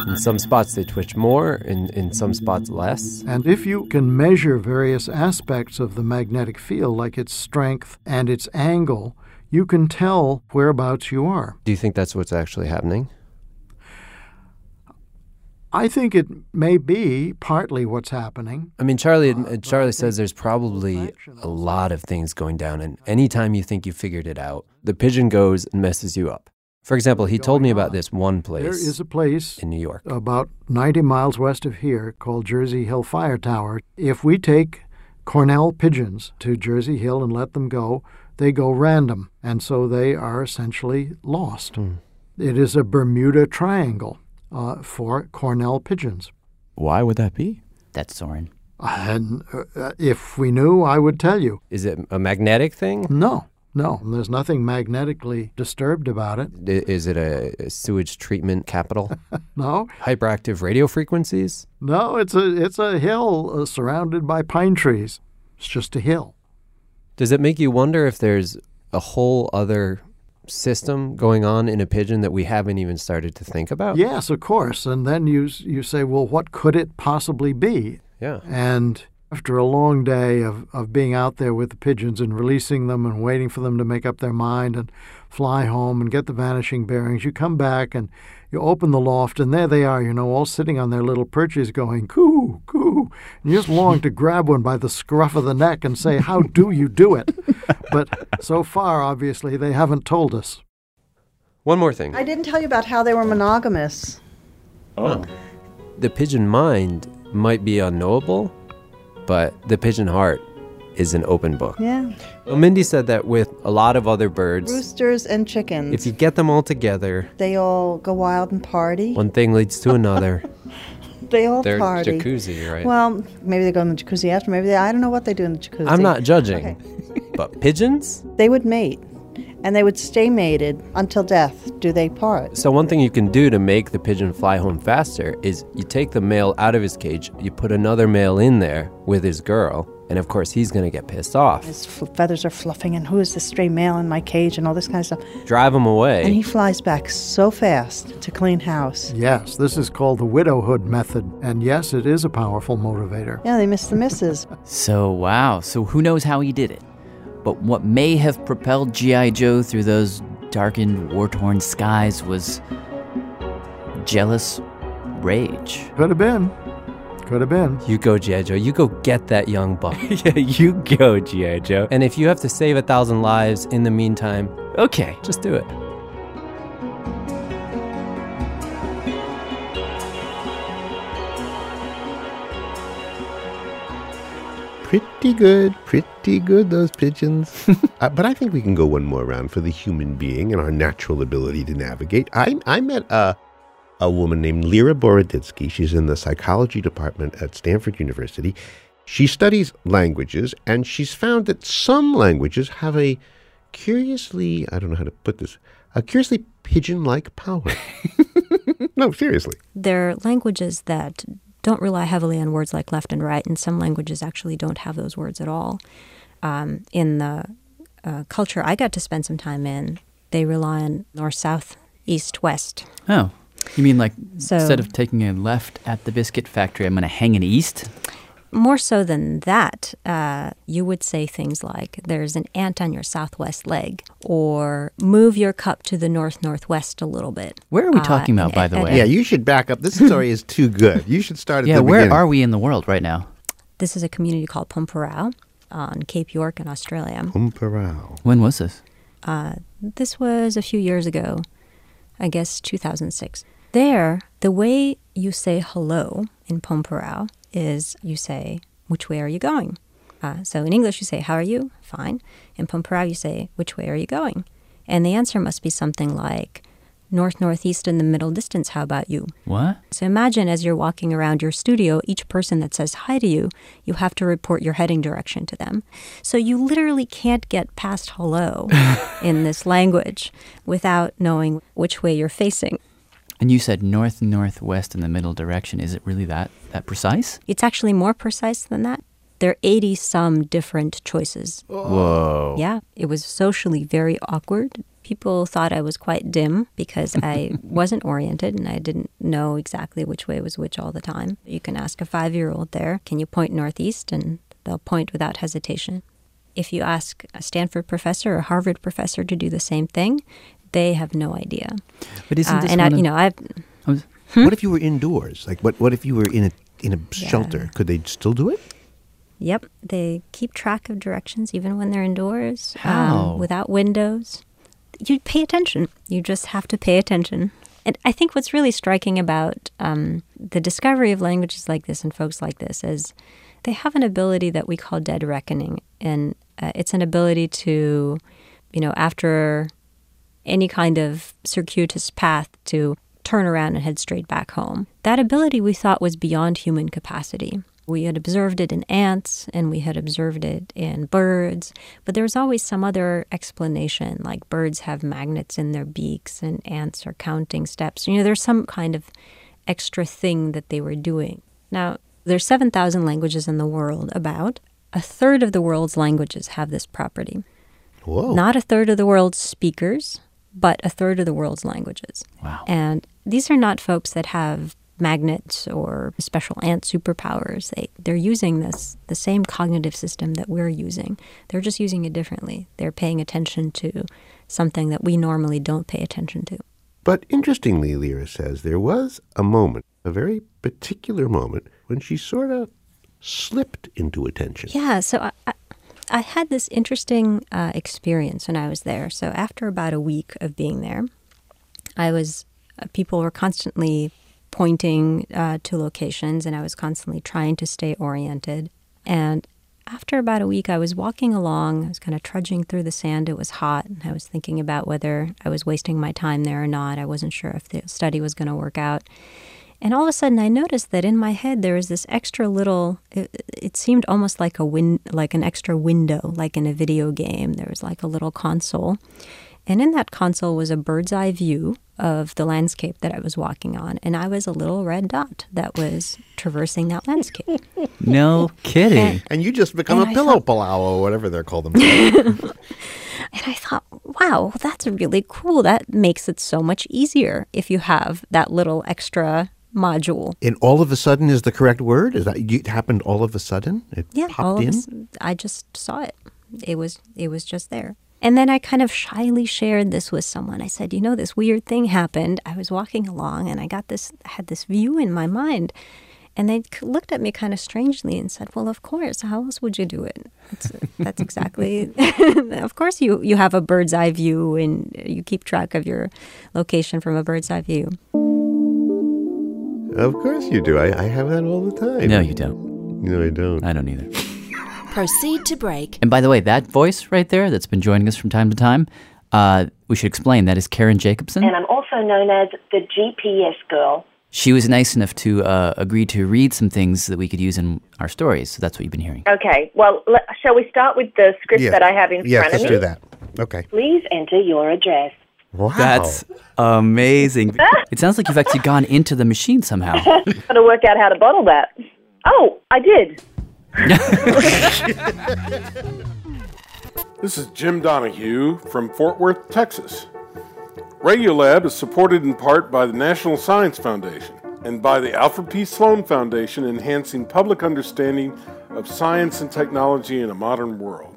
[SPEAKER 10] In some spots, they twitch more, in, in some spots, less.
[SPEAKER 22] And if you can measure various aspects of the magnetic field, like its strength and its angle, you can tell whereabouts you are.
[SPEAKER 10] Do you think that's what's actually happening?
[SPEAKER 22] I think it may be partly what's happening.
[SPEAKER 10] I mean, Charlie, uh, Charlie says there's probably a lot of things going down, and anytime you think you figured it out, the pigeon goes and messes you up. For example, he told me about this one place.
[SPEAKER 22] There is a place
[SPEAKER 10] in New York.
[SPEAKER 22] about 90 miles west of here called Jersey Hill Fire Tower. If we take Cornell pigeons to Jersey Hill and let them go, they go random, and so they are essentially lost.
[SPEAKER 10] Hmm.
[SPEAKER 22] It is a Bermuda Triangle uh, for Cornell pigeons.
[SPEAKER 9] Why would that be?
[SPEAKER 6] That's Soren.
[SPEAKER 22] And uh, if we knew, I would tell you.
[SPEAKER 10] Is it a magnetic thing?
[SPEAKER 22] No, no. There's nothing magnetically disturbed about it.
[SPEAKER 10] I- Is it a sewage treatment capital?
[SPEAKER 22] No,
[SPEAKER 10] Hyperactive radio frequencies?
[SPEAKER 22] no. It's a it's a hill uh, surrounded by pine trees. It's just a hill.
[SPEAKER 10] Does it make you wonder if there's a whole other system going on in a pigeon that we haven't even started to think about?
[SPEAKER 22] Yes, of course. And then you s- you say, well, what could it possibly be?
[SPEAKER 10] Yeah.
[SPEAKER 22] And after a long day of, of being out there with the pigeons and releasing them and waiting for them to make up their mind and fly home and get the vanishing bearings, you come back and you open the loft and there they are, you know, all sitting on their little perches going, coo, coo. And you just long to grab one by the scruff of the neck and say, how do you do it? But so far, obviously, they haven't told us.
[SPEAKER 10] One more thing.
[SPEAKER 21] I didn't tell you about how they were monogamous.
[SPEAKER 10] Oh. The pigeon mind might be unknowable, but the pigeon heart is an open book.
[SPEAKER 21] Yeah.
[SPEAKER 10] Well, Mindy said that with a lot of other birds,
[SPEAKER 21] Roosters and chickens.
[SPEAKER 10] if you get them all together,
[SPEAKER 21] they all go wild and party.
[SPEAKER 10] one thing leads to another.
[SPEAKER 21] They all
[SPEAKER 10] They're
[SPEAKER 21] party.
[SPEAKER 10] jacuzzi, right?
[SPEAKER 21] Well, maybe they go in the jacuzzi after. Maybe they, I don't know what they do in the jacuzzi.
[SPEAKER 10] I'm not judging, but pigeons?
[SPEAKER 21] They would mate, and they would stay mated until death. Do they part?
[SPEAKER 10] So, one thing you can do to make the pigeon fly home faster is you take the male out of his cage, you put another male in there with his girl, and of course, he's going to get pissed off.
[SPEAKER 21] His f- feathers are fluffing, and who is this stray male in my cage, and all this kind of stuff.
[SPEAKER 10] Drive him away.
[SPEAKER 21] And he flies back so fast to clean house.
[SPEAKER 22] Yes, this is called the widowhood method. And yes, it is a powerful motivator.
[SPEAKER 21] Yeah, they miss the misses.
[SPEAKER 6] So, wow. So, who knows how he did it? But what may have propelled G.I. Joe through those darkened, war torn skies was jealous rage.
[SPEAKER 22] Could have been. Could have been.
[SPEAKER 10] You go, G.I. Joe. You go get that young buck.
[SPEAKER 6] yeah,
[SPEAKER 10] you go, G.I. Joe. And if you have to save a thousand lives in the meantime, okay, just do it.
[SPEAKER 9] Pretty good, pretty good, those pigeons. uh, but I think we can go one more round for the human being and our natural ability to navigate. I, I met a, a woman named Lyra Boroditsky. She's in the psychology department at Stanford University. She studies languages, and she's found that some languages have a curiously, I don't know how to put this, a curiously pigeon like power. no, seriously.
[SPEAKER 23] There are languages that don't rely heavily on words like left and right, and some languages actually don't have those words at all. Um, in the uh, culture I got to spend some time in, they rely on north, south, east, west.
[SPEAKER 6] Oh, you mean like
[SPEAKER 23] So-
[SPEAKER 6] instead of taking a left at the biscuit factory, I'm going to hang an east?
[SPEAKER 23] More so than that, uh, you would say things like, there's an ant on your southwest leg, or move your cup to the north, northwest a little bit.
[SPEAKER 6] Where are we
[SPEAKER 23] Uh,
[SPEAKER 6] talking about,
[SPEAKER 23] and-
[SPEAKER 6] by the
[SPEAKER 23] and-
[SPEAKER 6] way?
[SPEAKER 9] Yeah, you should back up. This story is too good. You should start at
[SPEAKER 6] Yeah,
[SPEAKER 9] the
[SPEAKER 6] where
[SPEAKER 9] beginning.
[SPEAKER 6] are we in the world right now?
[SPEAKER 23] This is a community called Pumperau on Cape York in Australia.
[SPEAKER 9] Pumperau.
[SPEAKER 6] When was this?
[SPEAKER 23] Uh, this was a few years ago, I guess 2006. There, the way you say hello in Pomperau is you say, which way are you going? Uh, so in English, you say, how are you? Fine. In Pomperau, you say, which way are you going? And the answer must be something like, north northeast in the middle distance. How about you?
[SPEAKER 6] What?
[SPEAKER 23] So imagine as you're walking around your studio, each person that says hi to you, you have to report your heading direction to them. So you literally can't get past hello in this language without knowing which way you're facing.
[SPEAKER 6] And you said north northwest in the middle direction. Is it really that that precise?
[SPEAKER 23] It's actually more precise than that. There are 80 some different choices.
[SPEAKER 6] Whoa.
[SPEAKER 23] Yeah, it was socially very awkward. People thought I was quite dim because I wasn't oriented and I didn't know exactly which way was which all the time. You can ask a five year old there, can you point northeast? And they'll point without hesitation. If you ask a Stanford professor or a Harvard professor to do the same thing, they have no idea.
[SPEAKER 9] But isn't
[SPEAKER 23] Uh,
[SPEAKER 9] this
[SPEAKER 23] and I,
[SPEAKER 9] one of-
[SPEAKER 23] you know, I've Hmm?
[SPEAKER 9] What if you were indoors? Like, what, what if you were in a, in a shelter? Could they still do it?
[SPEAKER 23] Yep, they keep track of directions even when they're indoors,
[SPEAKER 9] How?
[SPEAKER 23] Um, without windows. You pay attention. You just have to pay attention. And I think what's really striking about um, the discovery of languages like this and folks like this is they have an ability that we call dead reckoning, and uh, it's an ability to, you know, after any kind of circuitous path to turn around and head straight back home. That ability we thought was beyond human capacity. We had observed it in ants and we had observed it in birds, but there was always some other explanation, like birds have magnets in their beaks and ants are counting steps. You know, there's some kind of extra thing that they were doing. Now, there's 7,000 languages in the world about. A third of the world's languages have this property.
[SPEAKER 9] Whoa.
[SPEAKER 23] Not a third of the world's speakers, but a third of the world's languages. Wow. And these are not folks that have magnets or special ant superpowers. They they're using this the same cognitive system that we're using. They're just using it differently. They're paying attention to something that we normally don't pay attention to.
[SPEAKER 9] But interestingly, Lyra says there was a moment, a very particular moment, when she sort of slipped into attention.
[SPEAKER 23] Yeah, so I, I, I had this interesting uh, experience when I was there. So after about a week of being there, I was uh, people were constantly pointing uh, to locations, and I was constantly trying to stay oriented. And after about a week, I was walking along. I was kind of trudging through the sand. It was hot, and I was thinking about whether I was wasting my time there or not. I wasn't sure if the study was going to work out. And all of a sudden, I noticed that in my head there was this extra little. It, it seemed almost like a win, like an extra window, like in a video game. There was like a little console, and in that console was a bird's eye view of the landscape that I was walking on, and I was a little red dot that was traversing that landscape.
[SPEAKER 6] No kidding.
[SPEAKER 9] And you just become
[SPEAKER 23] And
[SPEAKER 9] a
[SPEAKER 23] I
[SPEAKER 9] pillow
[SPEAKER 23] thought-
[SPEAKER 9] palau or whatever they're called. themselves.
[SPEAKER 23] And I thought, wow, that's really cool. That makes it so much easier if you have that little extra module.
[SPEAKER 9] and all of a sudden is the correct word? Is that it happened all of a sudden? It
[SPEAKER 23] Yeah, all
[SPEAKER 9] popped
[SPEAKER 23] of a
[SPEAKER 9] in?
[SPEAKER 23] s- I just saw it. It was it was just there. And then I kind of shyly shared this with someone. I said, "You know, this weird thing happened. I was walking along and I got this had this view in my mind." And they c- looked at me kind of strangely and said, "Well, of course. How else would you do it? That's, that's exactly. of course, you you have a bird's eye view and you keep track of your location from a bird's eye view."
[SPEAKER 9] Of course you do. I, I have that all the time.
[SPEAKER 6] No, you don't.
[SPEAKER 9] No, I don't.
[SPEAKER 6] I don't either.
[SPEAKER 5] Proceed to break.
[SPEAKER 6] And by the way, that voice right there that's been joining us from time to time, uh, we should explain that is Karen Jacobson.
[SPEAKER 19] And I'm also known as the GPS girl.
[SPEAKER 6] She was nice enough to uh, agree to read some things that we could use in our stories. So that's what you've been hearing.
[SPEAKER 19] Okay, well, le- shall we start with the script that I have in front of me?
[SPEAKER 9] Okay.
[SPEAKER 19] Please enter your address.
[SPEAKER 9] Wow.
[SPEAKER 6] That's amazing. it sounds like you've actually gone into the machine somehow.
[SPEAKER 19] Got to work out how to bottle that. Oh, I did.
[SPEAKER 24] This is Jim Donahue from Fort Worth, Texas. Radiolab is supported in part by the National Science Foundation and by the Alfred P. Sloan Foundation, enhancing public understanding of science and technology in a modern world.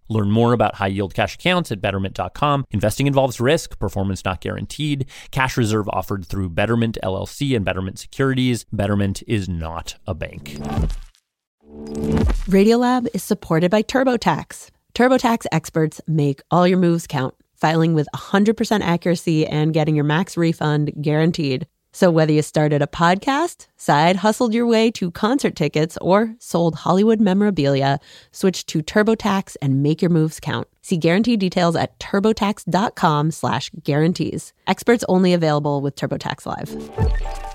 [SPEAKER 2] Learn more about high yield cash accounts at betterment.com. Investing involves risk, performance not guaranteed. Cash reserve offered through Betterment LLC and Betterment Securities. Betterment is not a bank.
[SPEAKER 17] Radiolab is supported by TurboTax. TurboTax experts make all your moves count, filing with 100% accuracy and getting your max refund guaranteed. So whether you started a podcast, side hustled your way to concert tickets, or sold Hollywood memorabilia, switch to TurboTax and make your moves count. See guarantee details at turbotax.com slash guarantees. Experts only available with TurboTax Live.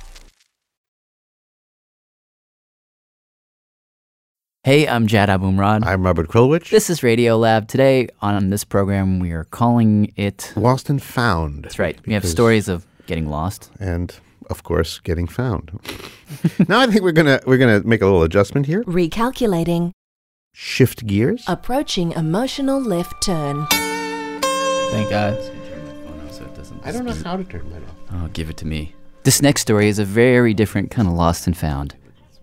[SPEAKER 6] Hey, I'm Jad Abumrad.
[SPEAKER 9] I'm Robert Krulwich.
[SPEAKER 6] This is Radio Lab. Today on this program, we are calling it
[SPEAKER 9] Lost and Found.
[SPEAKER 6] That's right. We have stories of getting lost
[SPEAKER 9] and of course getting found. now I think we're going to we're going to make a little adjustment here.
[SPEAKER 5] Recalculating.
[SPEAKER 9] Shift gears.
[SPEAKER 5] Approaching emotional left turn.
[SPEAKER 6] Thank God.
[SPEAKER 9] I don't know how to turn that off.
[SPEAKER 6] Oh, give it to me. This next story is a very different kind of lost and found.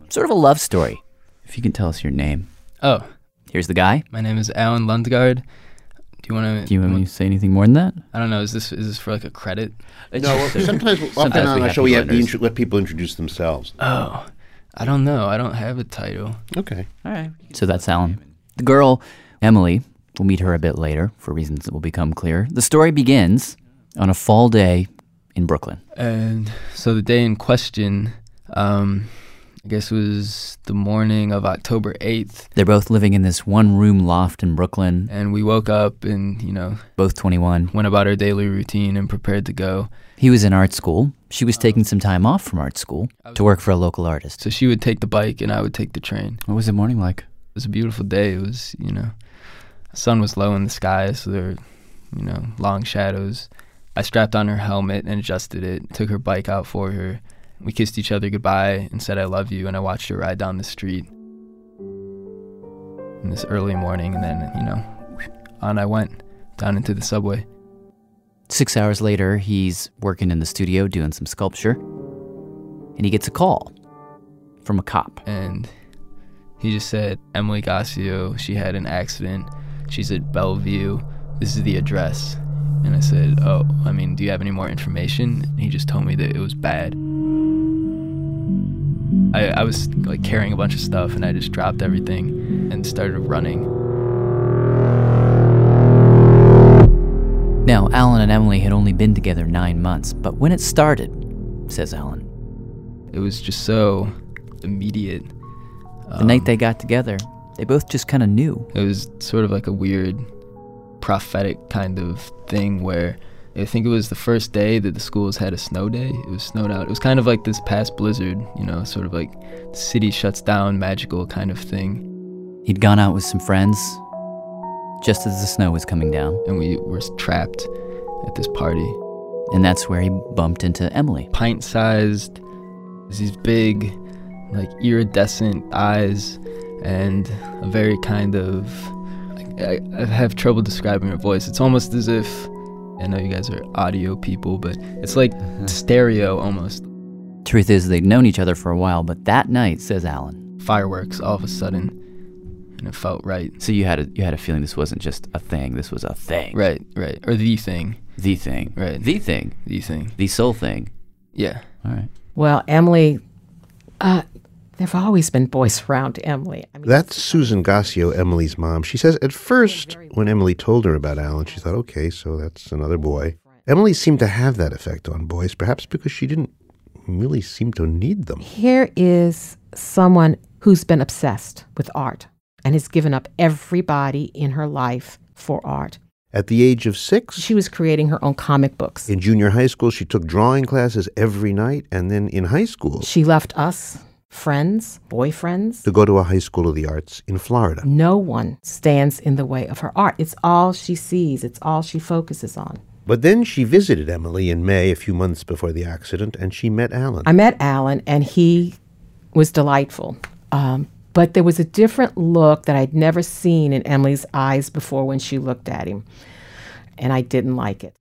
[SPEAKER 6] Sort of a love story. If you can tell us your name.
[SPEAKER 25] Oh.
[SPEAKER 6] Here's the guy.
[SPEAKER 25] My name is Alan Lundgaard. Do you want
[SPEAKER 6] to? Do you want me to say anything more than that?
[SPEAKER 25] I don't know. Is this is this for like a credit?
[SPEAKER 9] No. well, sometimes, often on our show, we have e- we intro- let people introduce themselves.
[SPEAKER 25] Oh, I don't know. I don't have a title.
[SPEAKER 9] Okay.
[SPEAKER 6] All right. So that's Alan. The girl, Emily. We'll meet her a bit later for reasons that will become clear. The story begins on a fall day in Brooklyn.
[SPEAKER 25] And so the day in question, um, I guess it was the morning of October 8th.
[SPEAKER 6] They're both living in this one room loft in Brooklyn.
[SPEAKER 25] And we woke up and, you know,
[SPEAKER 6] both 21.
[SPEAKER 25] Went about our daily routine and prepared to go.
[SPEAKER 6] He was in art school. She was taking some time off from art school to work for a local artist.
[SPEAKER 25] So she would take the bike and I would take the train.
[SPEAKER 6] What was the morning like?
[SPEAKER 25] It was a beautiful day. It was, you know, the sun was low in the sky, so there were, you know, long shadows. I strapped on her helmet and adjusted it, took her bike out for her. We kissed each other goodbye and said, I love you, and I watched her ride down the street in this early morning, and then, you know, on I went down into the subway.
[SPEAKER 6] Six hours later, he's working in the studio doing some sculpture, and he gets a call from a cop.
[SPEAKER 25] And he just said, Emily Gascio, she had an accident. She's at Bellevue. This is the address. And I said, Oh, I mean, do you have any more information? And he just told me that it was bad. I, I, was like carrying a bunch of stuff and I just dropped everything and started running.
[SPEAKER 6] Now, Alan and Emily had only been together nine months, but when it started, says Alan,
[SPEAKER 25] it was just so immediate.
[SPEAKER 6] The um, night they got together, they both just kind of knew.
[SPEAKER 25] It was sort of like a weird prophetic kind of thing where I think it was the first day that the schools had a snow day. It was snowed out. It was kind of like this past blizzard, you know, sort of like the city shuts down, magical kind of thing.
[SPEAKER 6] He'd gone out with some friends just as the snow was coming down.
[SPEAKER 25] And we were trapped at this party.
[SPEAKER 6] And that's where he bumped into Emily.
[SPEAKER 25] Pint sized, these big, like iridescent eyes, and a very kind of. I, I have trouble describing her voice. It's almost as if. I know you guys are audio people, but it's like uh-huh. stereo almost.
[SPEAKER 6] Truth is, they'd known each other for a while, but that night, says Alan,
[SPEAKER 25] fireworks all of a sudden, and it felt right.
[SPEAKER 6] So you had a you had a feeling this wasn't just a thing; this was a thing.
[SPEAKER 25] Right, right, or the thing,
[SPEAKER 6] the thing,
[SPEAKER 25] right,
[SPEAKER 6] the thing,
[SPEAKER 25] the thing,
[SPEAKER 6] the soul thing.
[SPEAKER 25] Yeah.
[SPEAKER 6] All right.
[SPEAKER 26] Well, Emily, uh, There've always been boys around Emily.
[SPEAKER 9] I mean, That's Susan Gassio, Emily's mom. She says at first, when Emily told her about Alan, she thought, okay, so that's another boy. Emily seemed to have that effect on boys, perhaps because she didn't really seem to need them.
[SPEAKER 26] Here is someone who's been obsessed with art and has given up everybody in her life for art.
[SPEAKER 9] At the age of six,
[SPEAKER 26] she was creating her own comic books.
[SPEAKER 9] In junior high school, she took drawing classes every night, and then in high school,
[SPEAKER 26] she left us friends, boyfriends.
[SPEAKER 9] to go to a high school of the arts in Florida.
[SPEAKER 26] No one stands in the way of her art. It's all she sees, it's all she focuses on.
[SPEAKER 9] But then she visited Emily in May a few months before the accident and she met Alan.
[SPEAKER 26] I met Alan, and he was delightful. Um, but there was a different look that I'd never seen in Emily's eyes before when she looked at him, and I didn't like it.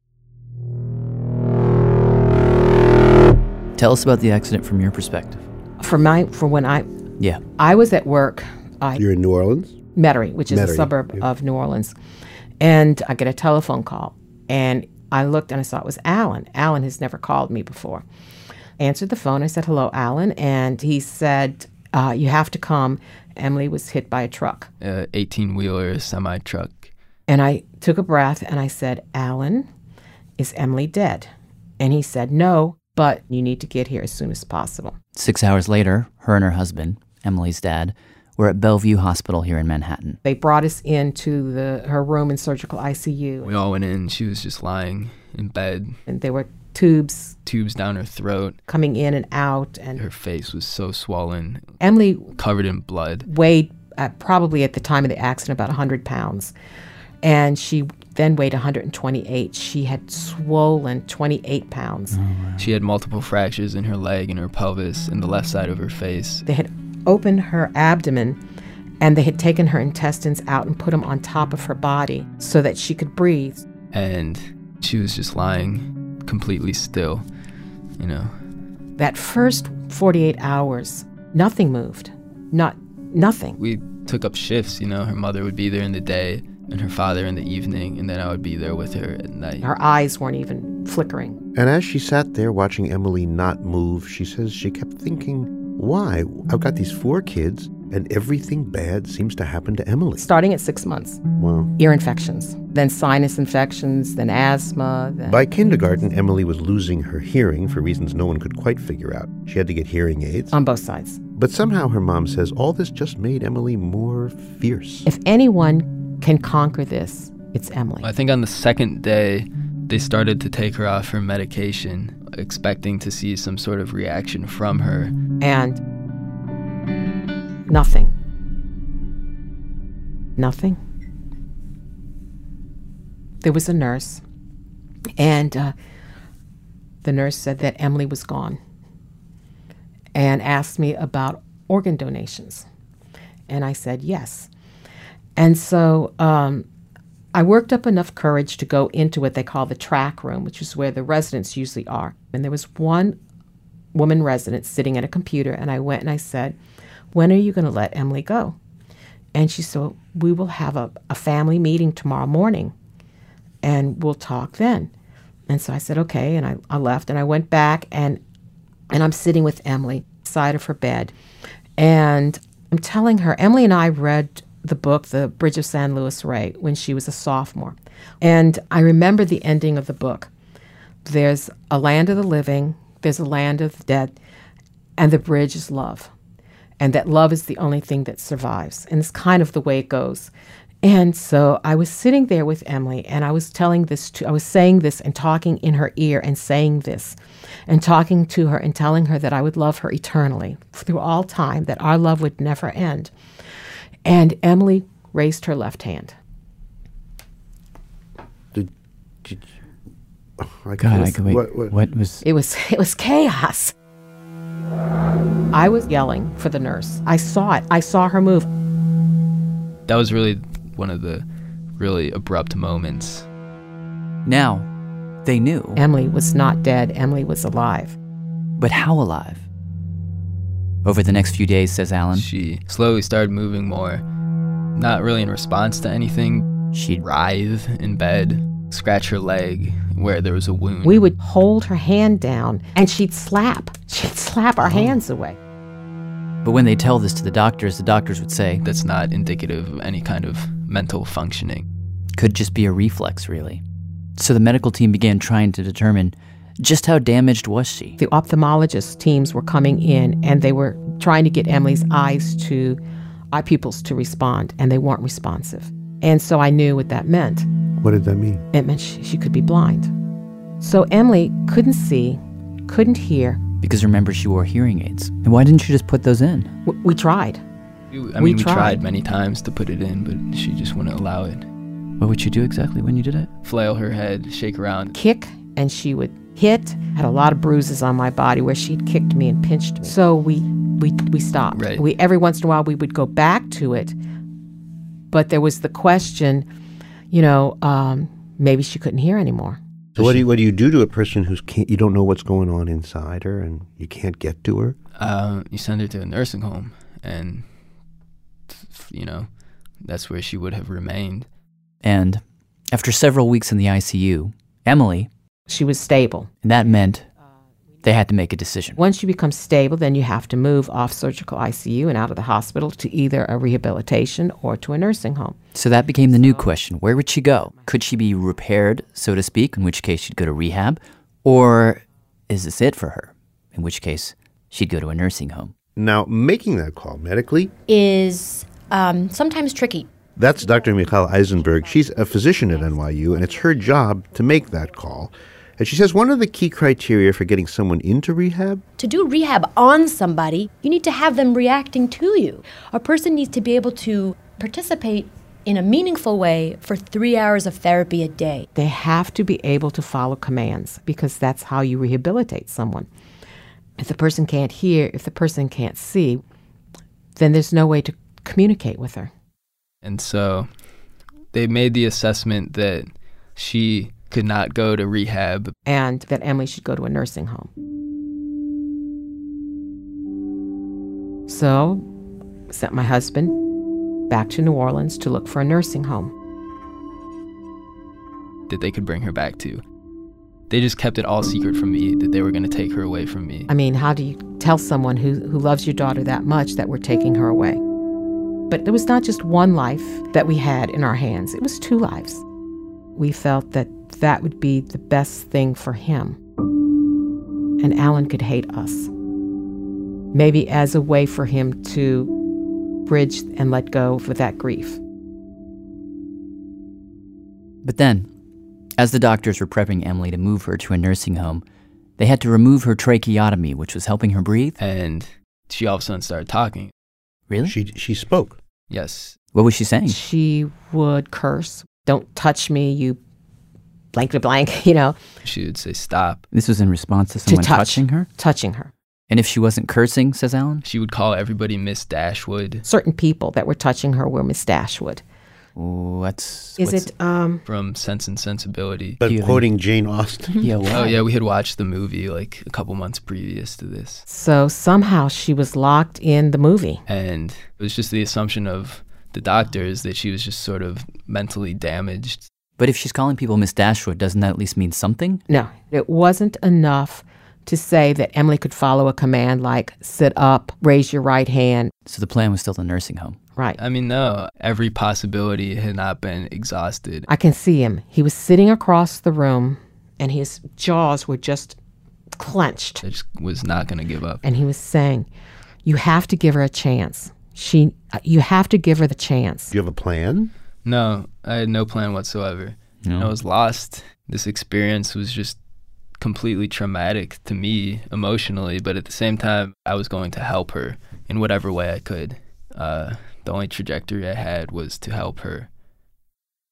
[SPEAKER 6] Tell us about the accident from your perspective.
[SPEAKER 26] For my, for when I,
[SPEAKER 6] Yeah.
[SPEAKER 26] I was at work. I
[SPEAKER 9] You're in New Orleans?
[SPEAKER 26] Metairie, which is a
[SPEAKER 9] Metairie,
[SPEAKER 26] suburb of New Orleans. And I get a telephone call. And I looked and I saw it was Alan. Alan has never called me before. Answered the phone. I said, hello, Alan. And he said, uh, you have to come. Emily was hit by a truck.
[SPEAKER 25] a 18 wheeler semi truck.
[SPEAKER 26] And I took a breath and I said, Alan, is Emily dead? And he said, no, but you need to get here as soon as possible.
[SPEAKER 6] Six hours later, her and her husband, Emily's dad, were at Bellevue Hospital here in Manhattan.
[SPEAKER 26] They brought us into the, her room in surgical ICU.
[SPEAKER 25] We all went in. She was just lying in bed.
[SPEAKER 26] And there were tubes
[SPEAKER 25] tubes down her throat.
[SPEAKER 26] coming in and out. And
[SPEAKER 25] Her face was so swollen,
[SPEAKER 26] Emily
[SPEAKER 25] covered in blood.
[SPEAKER 26] weighed uh, probably at the time of the accident about 100 pounds. And she then weighed 128. She had swollen 28 pounds.
[SPEAKER 25] Mm. She had multiple fractures in her leg and her pelvis and the left side of her face.
[SPEAKER 26] They had opened her abdomen and they had taken her intestines out and put them on top of her body so that she could breathe.
[SPEAKER 25] And she was just lying completely still, you know.
[SPEAKER 26] That first 48 hours, nothing moved. Not nothing.
[SPEAKER 25] We took up shifts, you know. Her mother would be there in the day and her father in the evening, and then I would be there with her at night.
[SPEAKER 26] Her eyes weren't even flickering.
[SPEAKER 9] And as she sat there watching Emily not move, she says she kept thinking, why? I've got these four kids and everything bad seems to happen to Emily.
[SPEAKER 26] Starting at six months,
[SPEAKER 9] Wow.
[SPEAKER 26] ear infections, then sinus infections, then asthma, then
[SPEAKER 9] By kindergarten, Emily was losing her hearing for reasons no one could quite figure out. She had to get hearing aids.
[SPEAKER 26] on both sides.
[SPEAKER 9] But somehow her mom says all this just made Emily more fierce.
[SPEAKER 26] If anyone can conquer this, it's Emily.
[SPEAKER 25] I think on the second day, they started to take her off her medication, expecting to see some sort of reaction from her.
[SPEAKER 26] And nothing. Nothing. There was a nurse, and uh, the nurse said that Emily was gone and asked me about organ donations. And I said yes. And so um, I worked up enough courage to go into what they call the track room, which is where the residents usually are. And there was one woman resident sitting at a computer, and I went and I said, When are you going to let Emily go? And she said, We will have a, a family meeting tomorrow morning and we'll talk then. And so I said, Okay. And I, I left and I went back and and I'm sitting with Emily side of her bed, and I'm telling her Emily and I read the book The Bridge of San Luis Rey when she was a sophomore, and I remember the ending of the book. There's a land of the living, there's a land of the dead, and the bridge is love, and that love is the only thing that survives, and it's kind of the way it goes. And so I was sitting there with Emily and I was telling this to I was saying this and talking in her ear and saying this and talking to her and telling her that I would love her eternally through all time that our love would never end. And Emily raised her left hand.
[SPEAKER 9] Did, did you, I
[SPEAKER 6] God,
[SPEAKER 9] can't-
[SPEAKER 6] I could wait. What, was?
[SPEAKER 26] It was it was chaos. I was yelling for the nurse. I saw it. I saw her move.
[SPEAKER 25] That was really one of the really abrupt moments.
[SPEAKER 6] Now, they knew.
[SPEAKER 26] Emily was not dead. Emily was alive.
[SPEAKER 6] But how alive? Over the next few days, says Alan,
[SPEAKER 25] She slowly started moving more, not really in response to anything.
[SPEAKER 6] She'd
[SPEAKER 25] writhe in bed, scratch her leg where there was a wound.
[SPEAKER 26] We would hold her hand down and she'd slap. She'd slap
[SPEAKER 6] Oh.
[SPEAKER 26] our hands away.
[SPEAKER 6] But when they tell this to the doctors, the doctors would say,
[SPEAKER 25] That's not indicative of any kind of mental functioning.
[SPEAKER 6] Could just be a reflex, really. So the medical team began trying to determine just how damaged was she?
[SPEAKER 26] The ophthalmologist teams were coming in and they were trying to get Emily's eyes to eye pupils to respond and they weren't responsive. And so I knew what that meant.
[SPEAKER 9] What did that mean?
[SPEAKER 26] It meant she, she could be blind. So Emily couldn't see, couldn't hear,
[SPEAKER 6] Because remember, she wore hearing aids. And why didn't you just put those in?
[SPEAKER 26] W- We tried.
[SPEAKER 25] I mean,
[SPEAKER 26] We
[SPEAKER 25] we tried.
[SPEAKER 26] tried.
[SPEAKER 25] many times to put it in, but she just wouldn't allow it.
[SPEAKER 6] What would you do exactly when you did it?
[SPEAKER 25] Flail her head, shake around.
[SPEAKER 26] Kick, and she would hit. Had a lot of bruises on my body where she'd kicked me and pinched me. So we we we stopped.
[SPEAKER 25] Right.
[SPEAKER 26] We every once in a while we would go back to it, but there was the question, you know, um, maybe she couldn't hear anymore.
[SPEAKER 9] So what do you what do you do to a person who's can't, you don't know what's going on inside her and you can't get to her?
[SPEAKER 25] Uh, you send her to a nursing home, and f- you know that's where she would have remained.
[SPEAKER 6] And after several weeks in the ICU, Emily.
[SPEAKER 26] She was stable.
[SPEAKER 6] And that meant they had to make a decision.
[SPEAKER 26] Once you become stable, then you have to move off surgical ICU and out of the hospital to either a rehabilitation or to a nursing home.
[SPEAKER 6] So that became the new question where would she go? Could she be repaired, so to speak, in which case she'd go to rehab? Or is this it for her? In which case she'd go to a nursing home.
[SPEAKER 9] Now, making that call medically,
[SPEAKER 8] is um, sometimes tricky.
[SPEAKER 9] that's Dr. Michal Eisenberg. She's a physician at NYU and it's her job to make that call. And she says one of the key criteria for getting someone into rehab
[SPEAKER 8] To do rehab on somebody, you need to have them reacting to you. A person needs to be able to participate in a meaningful way for three hours of therapy a day.
[SPEAKER 26] They have to be able to follow commands because that's how you rehabilitate someone. If the person can't hear, if the person can't see, then there's no way to communicate with her.
[SPEAKER 25] And so they made the assessment that she could not go to rehab.
[SPEAKER 26] And that Emily should go to a nursing home. So, sent my husband back to New Orleans to look for a nursing home.
[SPEAKER 25] that they could bring her back to. They just kept it all secret from me that they were going to take her away from me.
[SPEAKER 26] I mean, how do you tell someone who, who loves your daughter that much that we're taking her away? But it was not just one life that we had in our hands, it was two lives. We felt that that would be the best thing for him. And Alan could hate us. Maybe as a way for him to bridge and let go of that grief.
[SPEAKER 6] But then, as the doctors were prepping Emily to move her to a nursing home, they had to remove her tracheotomy, which was helping her breathe.
[SPEAKER 25] And she all of a sudden started talking.
[SPEAKER 6] Really?
[SPEAKER 9] She, she spoke.
[SPEAKER 25] Yes.
[SPEAKER 6] What was she saying?
[SPEAKER 26] She would curse, Don't touch me, you blank to blank, you know.
[SPEAKER 25] She would say, Stop.
[SPEAKER 6] This was in response to someone
[SPEAKER 26] touch.
[SPEAKER 6] touching her?
[SPEAKER 26] Touching her.
[SPEAKER 6] And if she wasn't cursing, says Alan?
[SPEAKER 25] She would call everybody Miss Dashwood
[SPEAKER 26] Certain people that were touching her were Miss Dashwood.
[SPEAKER 6] What's
[SPEAKER 26] Is
[SPEAKER 25] what's-
[SPEAKER 26] it um
[SPEAKER 25] from Sense and Sensibility.
[SPEAKER 9] But quoting Jane Austen.
[SPEAKER 6] Yeah,
[SPEAKER 25] Oh, yeah, we had watched the movie like a couple months previous to this.
[SPEAKER 26] So somehow she was locked in the movie.
[SPEAKER 25] And it was just the assumption of the doctors that she was just sort of mentally damaged.
[SPEAKER 6] But if she's calling people Miss Dashwood, doesn't that at least mean something?
[SPEAKER 26] No, it wasn't enough to say that Emily could follow a command like sit up, raise your right hand.
[SPEAKER 6] So the plan was still the nursing home.
[SPEAKER 26] Right.
[SPEAKER 25] I mean, no, every possibility had not been exhausted.
[SPEAKER 26] I can see him. He was sitting across the room and his jaws were just clenched.
[SPEAKER 25] I just was not going to give up.
[SPEAKER 26] And he was saying, "You have to give her a chance. She uh, you have to give her the chance."
[SPEAKER 9] Do you have a plan?
[SPEAKER 25] No, I had no plan whatsoever. I was lost. This experience was just completely traumatic to me emotionally, but at the same time, I was going to help her in whatever way I could. Uh, the only trajectory I had was to help her.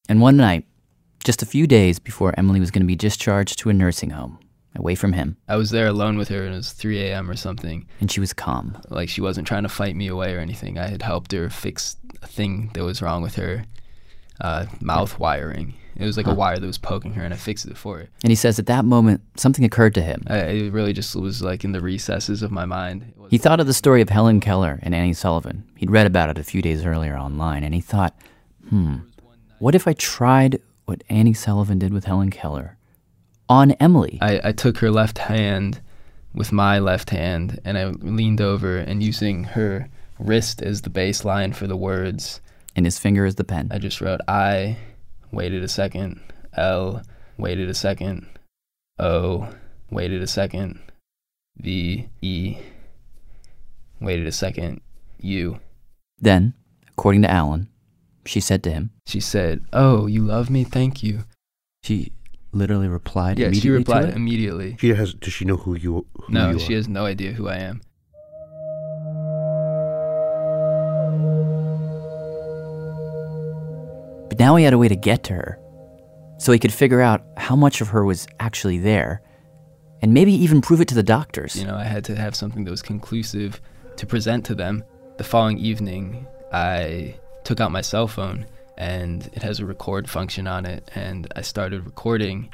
[SPEAKER 6] And one night, just a few days before Emily was going to be discharged to a nursing home, away from him,
[SPEAKER 25] I was there alone with her, and it was 3 a.m. or something.
[SPEAKER 6] and she was calm.
[SPEAKER 25] Like, she wasn't trying to fight me away or anything. I had helped her fix a thing that was wrong with her uh, mouth wiring. It was like a wire that was poking her, and I fixed it for her.
[SPEAKER 6] And he says at that moment, something occurred to him.
[SPEAKER 25] I, it really just was like in the recesses of my mind.
[SPEAKER 6] He thought of the story of Helen Keller and Annie Sullivan. He'd read about it a few days earlier online, and he thought, hmm, what if I tried what Annie Sullivan did with Helen Keller on Emily?
[SPEAKER 25] I, I took her left hand with my left hand and I leaned over and using her wrist as the baseline for the words.
[SPEAKER 6] And his finger as the pen.
[SPEAKER 25] I just wrote I, waited a second, L, waited a second, O, waited a second, V, E, waited a second, U.
[SPEAKER 6] Then, according to Alan, she said uh, to him,
[SPEAKER 25] She said, Oh, you love me? Thank you.
[SPEAKER 6] She literally replied
[SPEAKER 25] Yeah, she
[SPEAKER 6] immediately
[SPEAKER 25] replied
[SPEAKER 6] to it?
[SPEAKER 25] immediately.
[SPEAKER 9] She has. Does she know who you? Who
[SPEAKER 25] no,
[SPEAKER 9] you
[SPEAKER 25] she
[SPEAKER 9] are?
[SPEAKER 25] has no idea who I am.
[SPEAKER 6] But now he had a way to get to her. So he could figure out how much of her was actually there and maybe even prove it to the doctors.
[SPEAKER 25] You know, I had to have something that was conclusive to present to them. The following evening, I took out my cell phone and it has a record function on it, and I started recording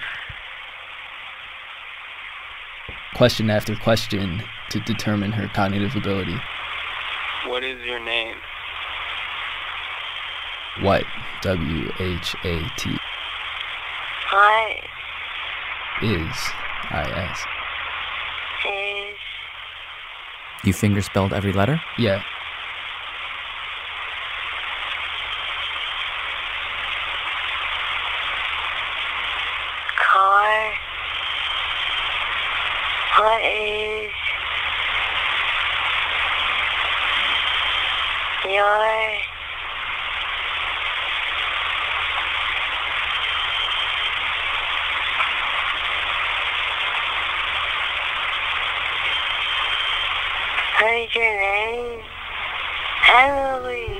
[SPEAKER 25] question after question to determine her cognitive ability.
[SPEAKER 27] What is your name?
[SPEAKER 25] What? W H A T
[SPEAKER 27] What
[SPEAKER 25] is I S.
[SPEAKER 27] is
[SPEAKER 6] You finger spelled every letter?
[SPEAKER 25] Yeah.
[SPEAKER 27] car? What is your What is your name? Emily.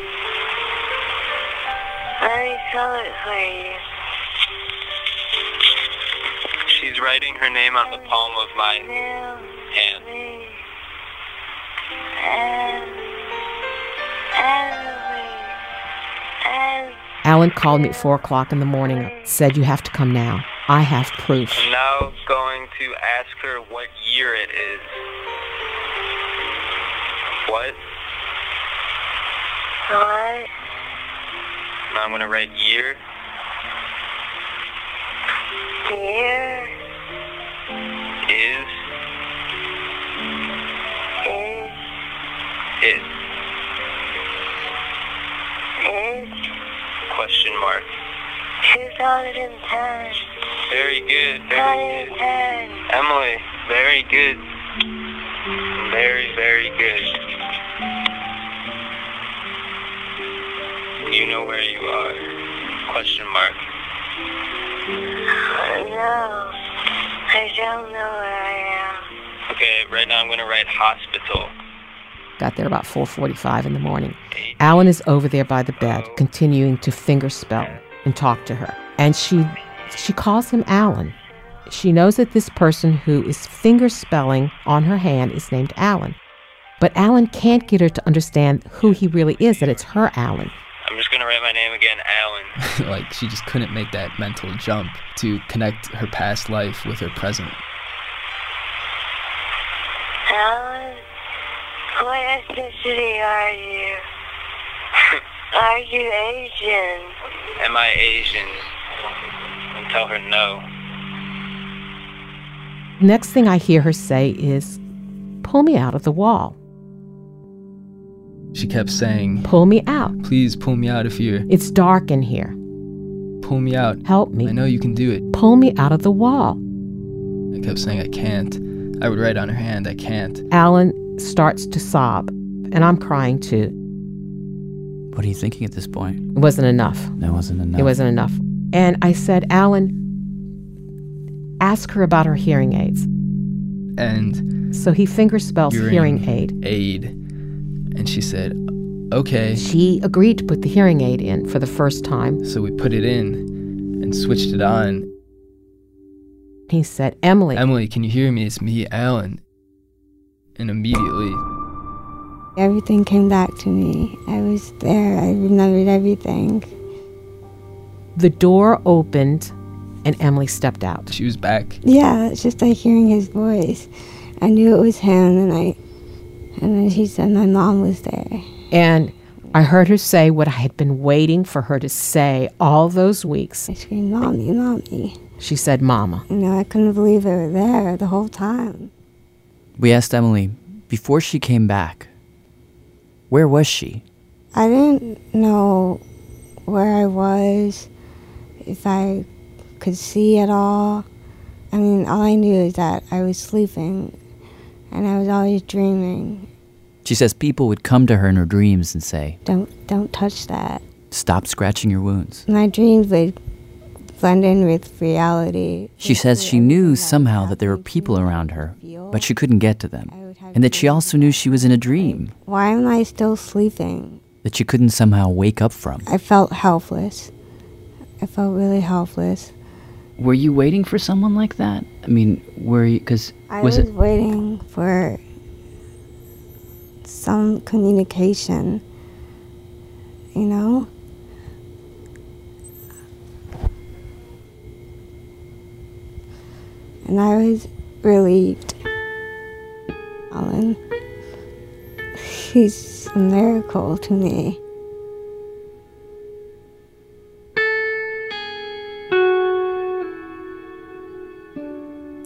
[SPEAKER 27] Let me spell it for you. She's writing her name on the palm of my hand.
[SPEAKER 26] Alan called me at four o'clock in the morning, said, You have to come now. I have proof.
[SPEAKER 27] I'm now going to ask her what year it is. What? What? And I'm gonna write year. Year. Is. Is. It. Is. Question mark. 2010. Very good, very good. Emily, very good. Very, very good. You know where you are. Question mark. No, I don't know where I am. Okay, right now I'm gonna write hospital.
[SPEAKER 26] Got there about 4:45 in the morning. Alan is over there by the bed, continuing to finger spell and talk to her. And she she calls him Alan. She knows that this person who is finger spelling on her hand is named Alan. But Alan can't get her to understand who he really is, that it's her Alan.
[SPEAKER 27] I'm just gonna write my name again, Alan.
[SPEAKER 25] like, she just couldn't make that mental jump to connect her past life with her present.
[SPEAKER 27] Alan, what ethnicity are you? are you Asian? Am I Asian? And tell her no.
[SPEAKER 26] Next thing I hear her say is, "Pull me out of the wall.
[SPEAKER 25] She kept saying,
[SPEAKER 26] Pull me out.
[SPEAKER 25] Please pull me out of here.
[SPEAKER 26] It's dark in here.
[SPEAKER 25] Pull me out.
[SPEAKER 26] Help me.
[SPEAKER 25] I know you can do it.
[SPEAKER 26] Pull me out of the wall."
[SPEAKER 25] I kept saying, I can't. I would write on her hand, I can't.
[SPEAKER 26] Alan starts to sob, and I'm crying too.
[SPEAKER 6] What are you thinking at this point?
[SPEAKER 26] It wasn't enough.
[SPEAKER 6] That wasn't enough.
[SPEAKER 26] It wasn't enough. And I said, Alan, ask her about her hearing aids.
[SPEAKER 25] And
[SPEAKER 26] So he finger spells hearing, aid.
[SPEAKER 25] Aid. And she said, okay.
[SPEAKER 26] She agreed to put the hearing aid in for the first time.
[SPEAKER 25] So we put it in and switched it on.
[SPEAKER 26] He said, Emily.
[SPEAKER 25] Emily, can you hear me? It's me, Alan. And immediately,
[SPEAKER 28] Everything came back to me. I was there. I remembered everything.
[SPEAKER 26] The door opened, and Emily stepped out.
[SPEAKER 25] She was back.
[SPEAKER 28] Yeah, it's just like hearing his voice. I knew it was him, and I, and then he said my mom was there.
[SPEAKER 26] And I heard her say what I had been waiting for her to say all those weeks.
[SPEAKER 28] I screamed, Mommy, Mommy.
[SPEAKER 26] She said, Mama.
[SPEAKER 28] You know, I couldn't believe they were there the whole time.
[SPEAKER 6] We asked Emily, before she came back, where was she?
[SPEAKER 28] I didn't know where I was, if I could see at all. I mean, all I knew is that I was sleeping, and I was always dreaming.
[SPEAKER 6] She says people would come to her in her dreams and say,
[SPEAKER 28] Don't, don't touch that.
[SPEAKER 6] Stop scratching your wounds.
[SPEAKER 28] My dreams would blend in with reality.
[SPEAKER 6] She says she knew somehow that there were people around her, but she couldn't get to them, and that she also knew she was in a dream
[SPEAKER 28] Why am I still sleeping?
[SPEAKER 6] that she couldn't somehow wake up from.
[SPEAKER 28] I felt helpless. I felt really helpless.
[SPEAKER 14] Were you waiting for someone like that? I mean, were you? Because
[SPEAKER 28] I
[SPEAKER 14] was
[SPEAKER 28] was,
[SPEAKER 14] it?
[SPEAKER 28] waiting for some communication, you know? And I was relieved. Alan, he's a miracle to me.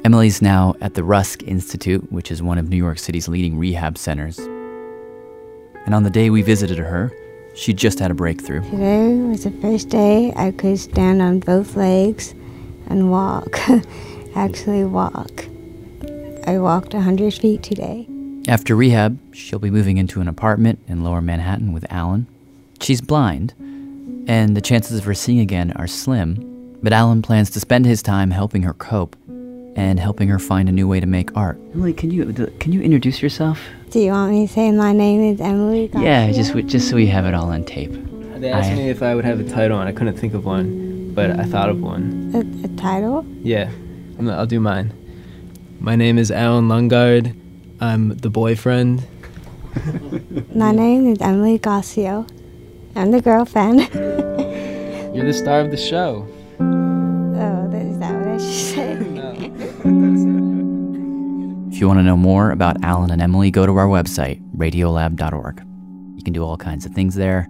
[SPEAKER 6] Emily's now at the Rusk Institute, which is one of New York City's leading rehab centers. And on the day we visited her, she just had a breakthrough.
[SPEAKER 28] Today was the first day I could stand on both legs and walk. Actually, walk. I walked 100 feet today.
[SPEAKER 6] After rehab, she'll be moving into an apartment in lower Manhattan with Alan. She's blind, and the chances of her seeing again are slim, but Alan plans to spend his time helping her cope and helping her find a new way to make art.
[SPEAKER 14] Emily, can you can you introduce yourself?
[SPEAKER 28] Do you want me to say my name is Emily? Garcia?
[SPEAKER 14] Yeah, just w- just so we have it all on tape.
[SPEAKER 25] They asked
[SPEAKER 14] I-
[SPEAKER 25] me if I would have a title, and I couldn't think of one, but I thought of one.
[SPEAKER 28] A, a title?
[SPEAKER 25] Yeah, I'm, I'll do mine. My name is Alan Lungard. I'm the boyfriend.
[SPEAKER 28] My name is Emily Gossio. I'm the girlfriend.
[SPEAKER 25] You're the star of the show.
[SPEAKER 28] oh, that- is that what I should say?
[SPEAKER 6] If you want to know more about Alan and Emily, go to our website, radiolab.org. You can do all kinds of things there,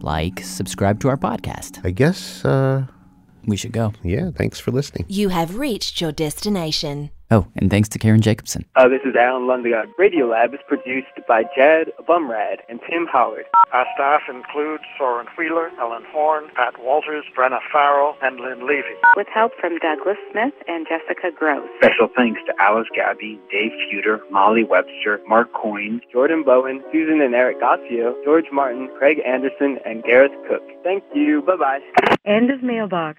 [SPEAKER 6] like subscribe to our podcast.
[SPEAKER 9] I guess uh,
[SPEAKER 6] we should go.
[SPEAKER 9] Yeah, thanks for listening.
[SPEAKER 5] You have reached your destination.
[SPEAKER 6] Oh, and thanks to Karen Jacobson.
[SPEAKER 15] Uh, this is Alan Lundegaard. Radiolab is produced by Jad Bumrad and Tim Howard.
[SPEAKER 11] Our staff includes Soren Wheeler, Ellen Horn, Pat Walters, Brenna Farrell, and Lynn Levy.
[SPEAKER 16] with help from Douglas Smith and Jessica Gross.
[SPEAKER 11] Special thanks to Alice Gabby, Dave Feuder, Molly Webster, Mark Coyne.
[SPEAKER 15] Jordan Bowen, Susan and Eric Gossio, George Martin, Craig Anderson, and Gareth Cook. Thank you. Bye-bye.
[SPEAKER 16] End of mailbox.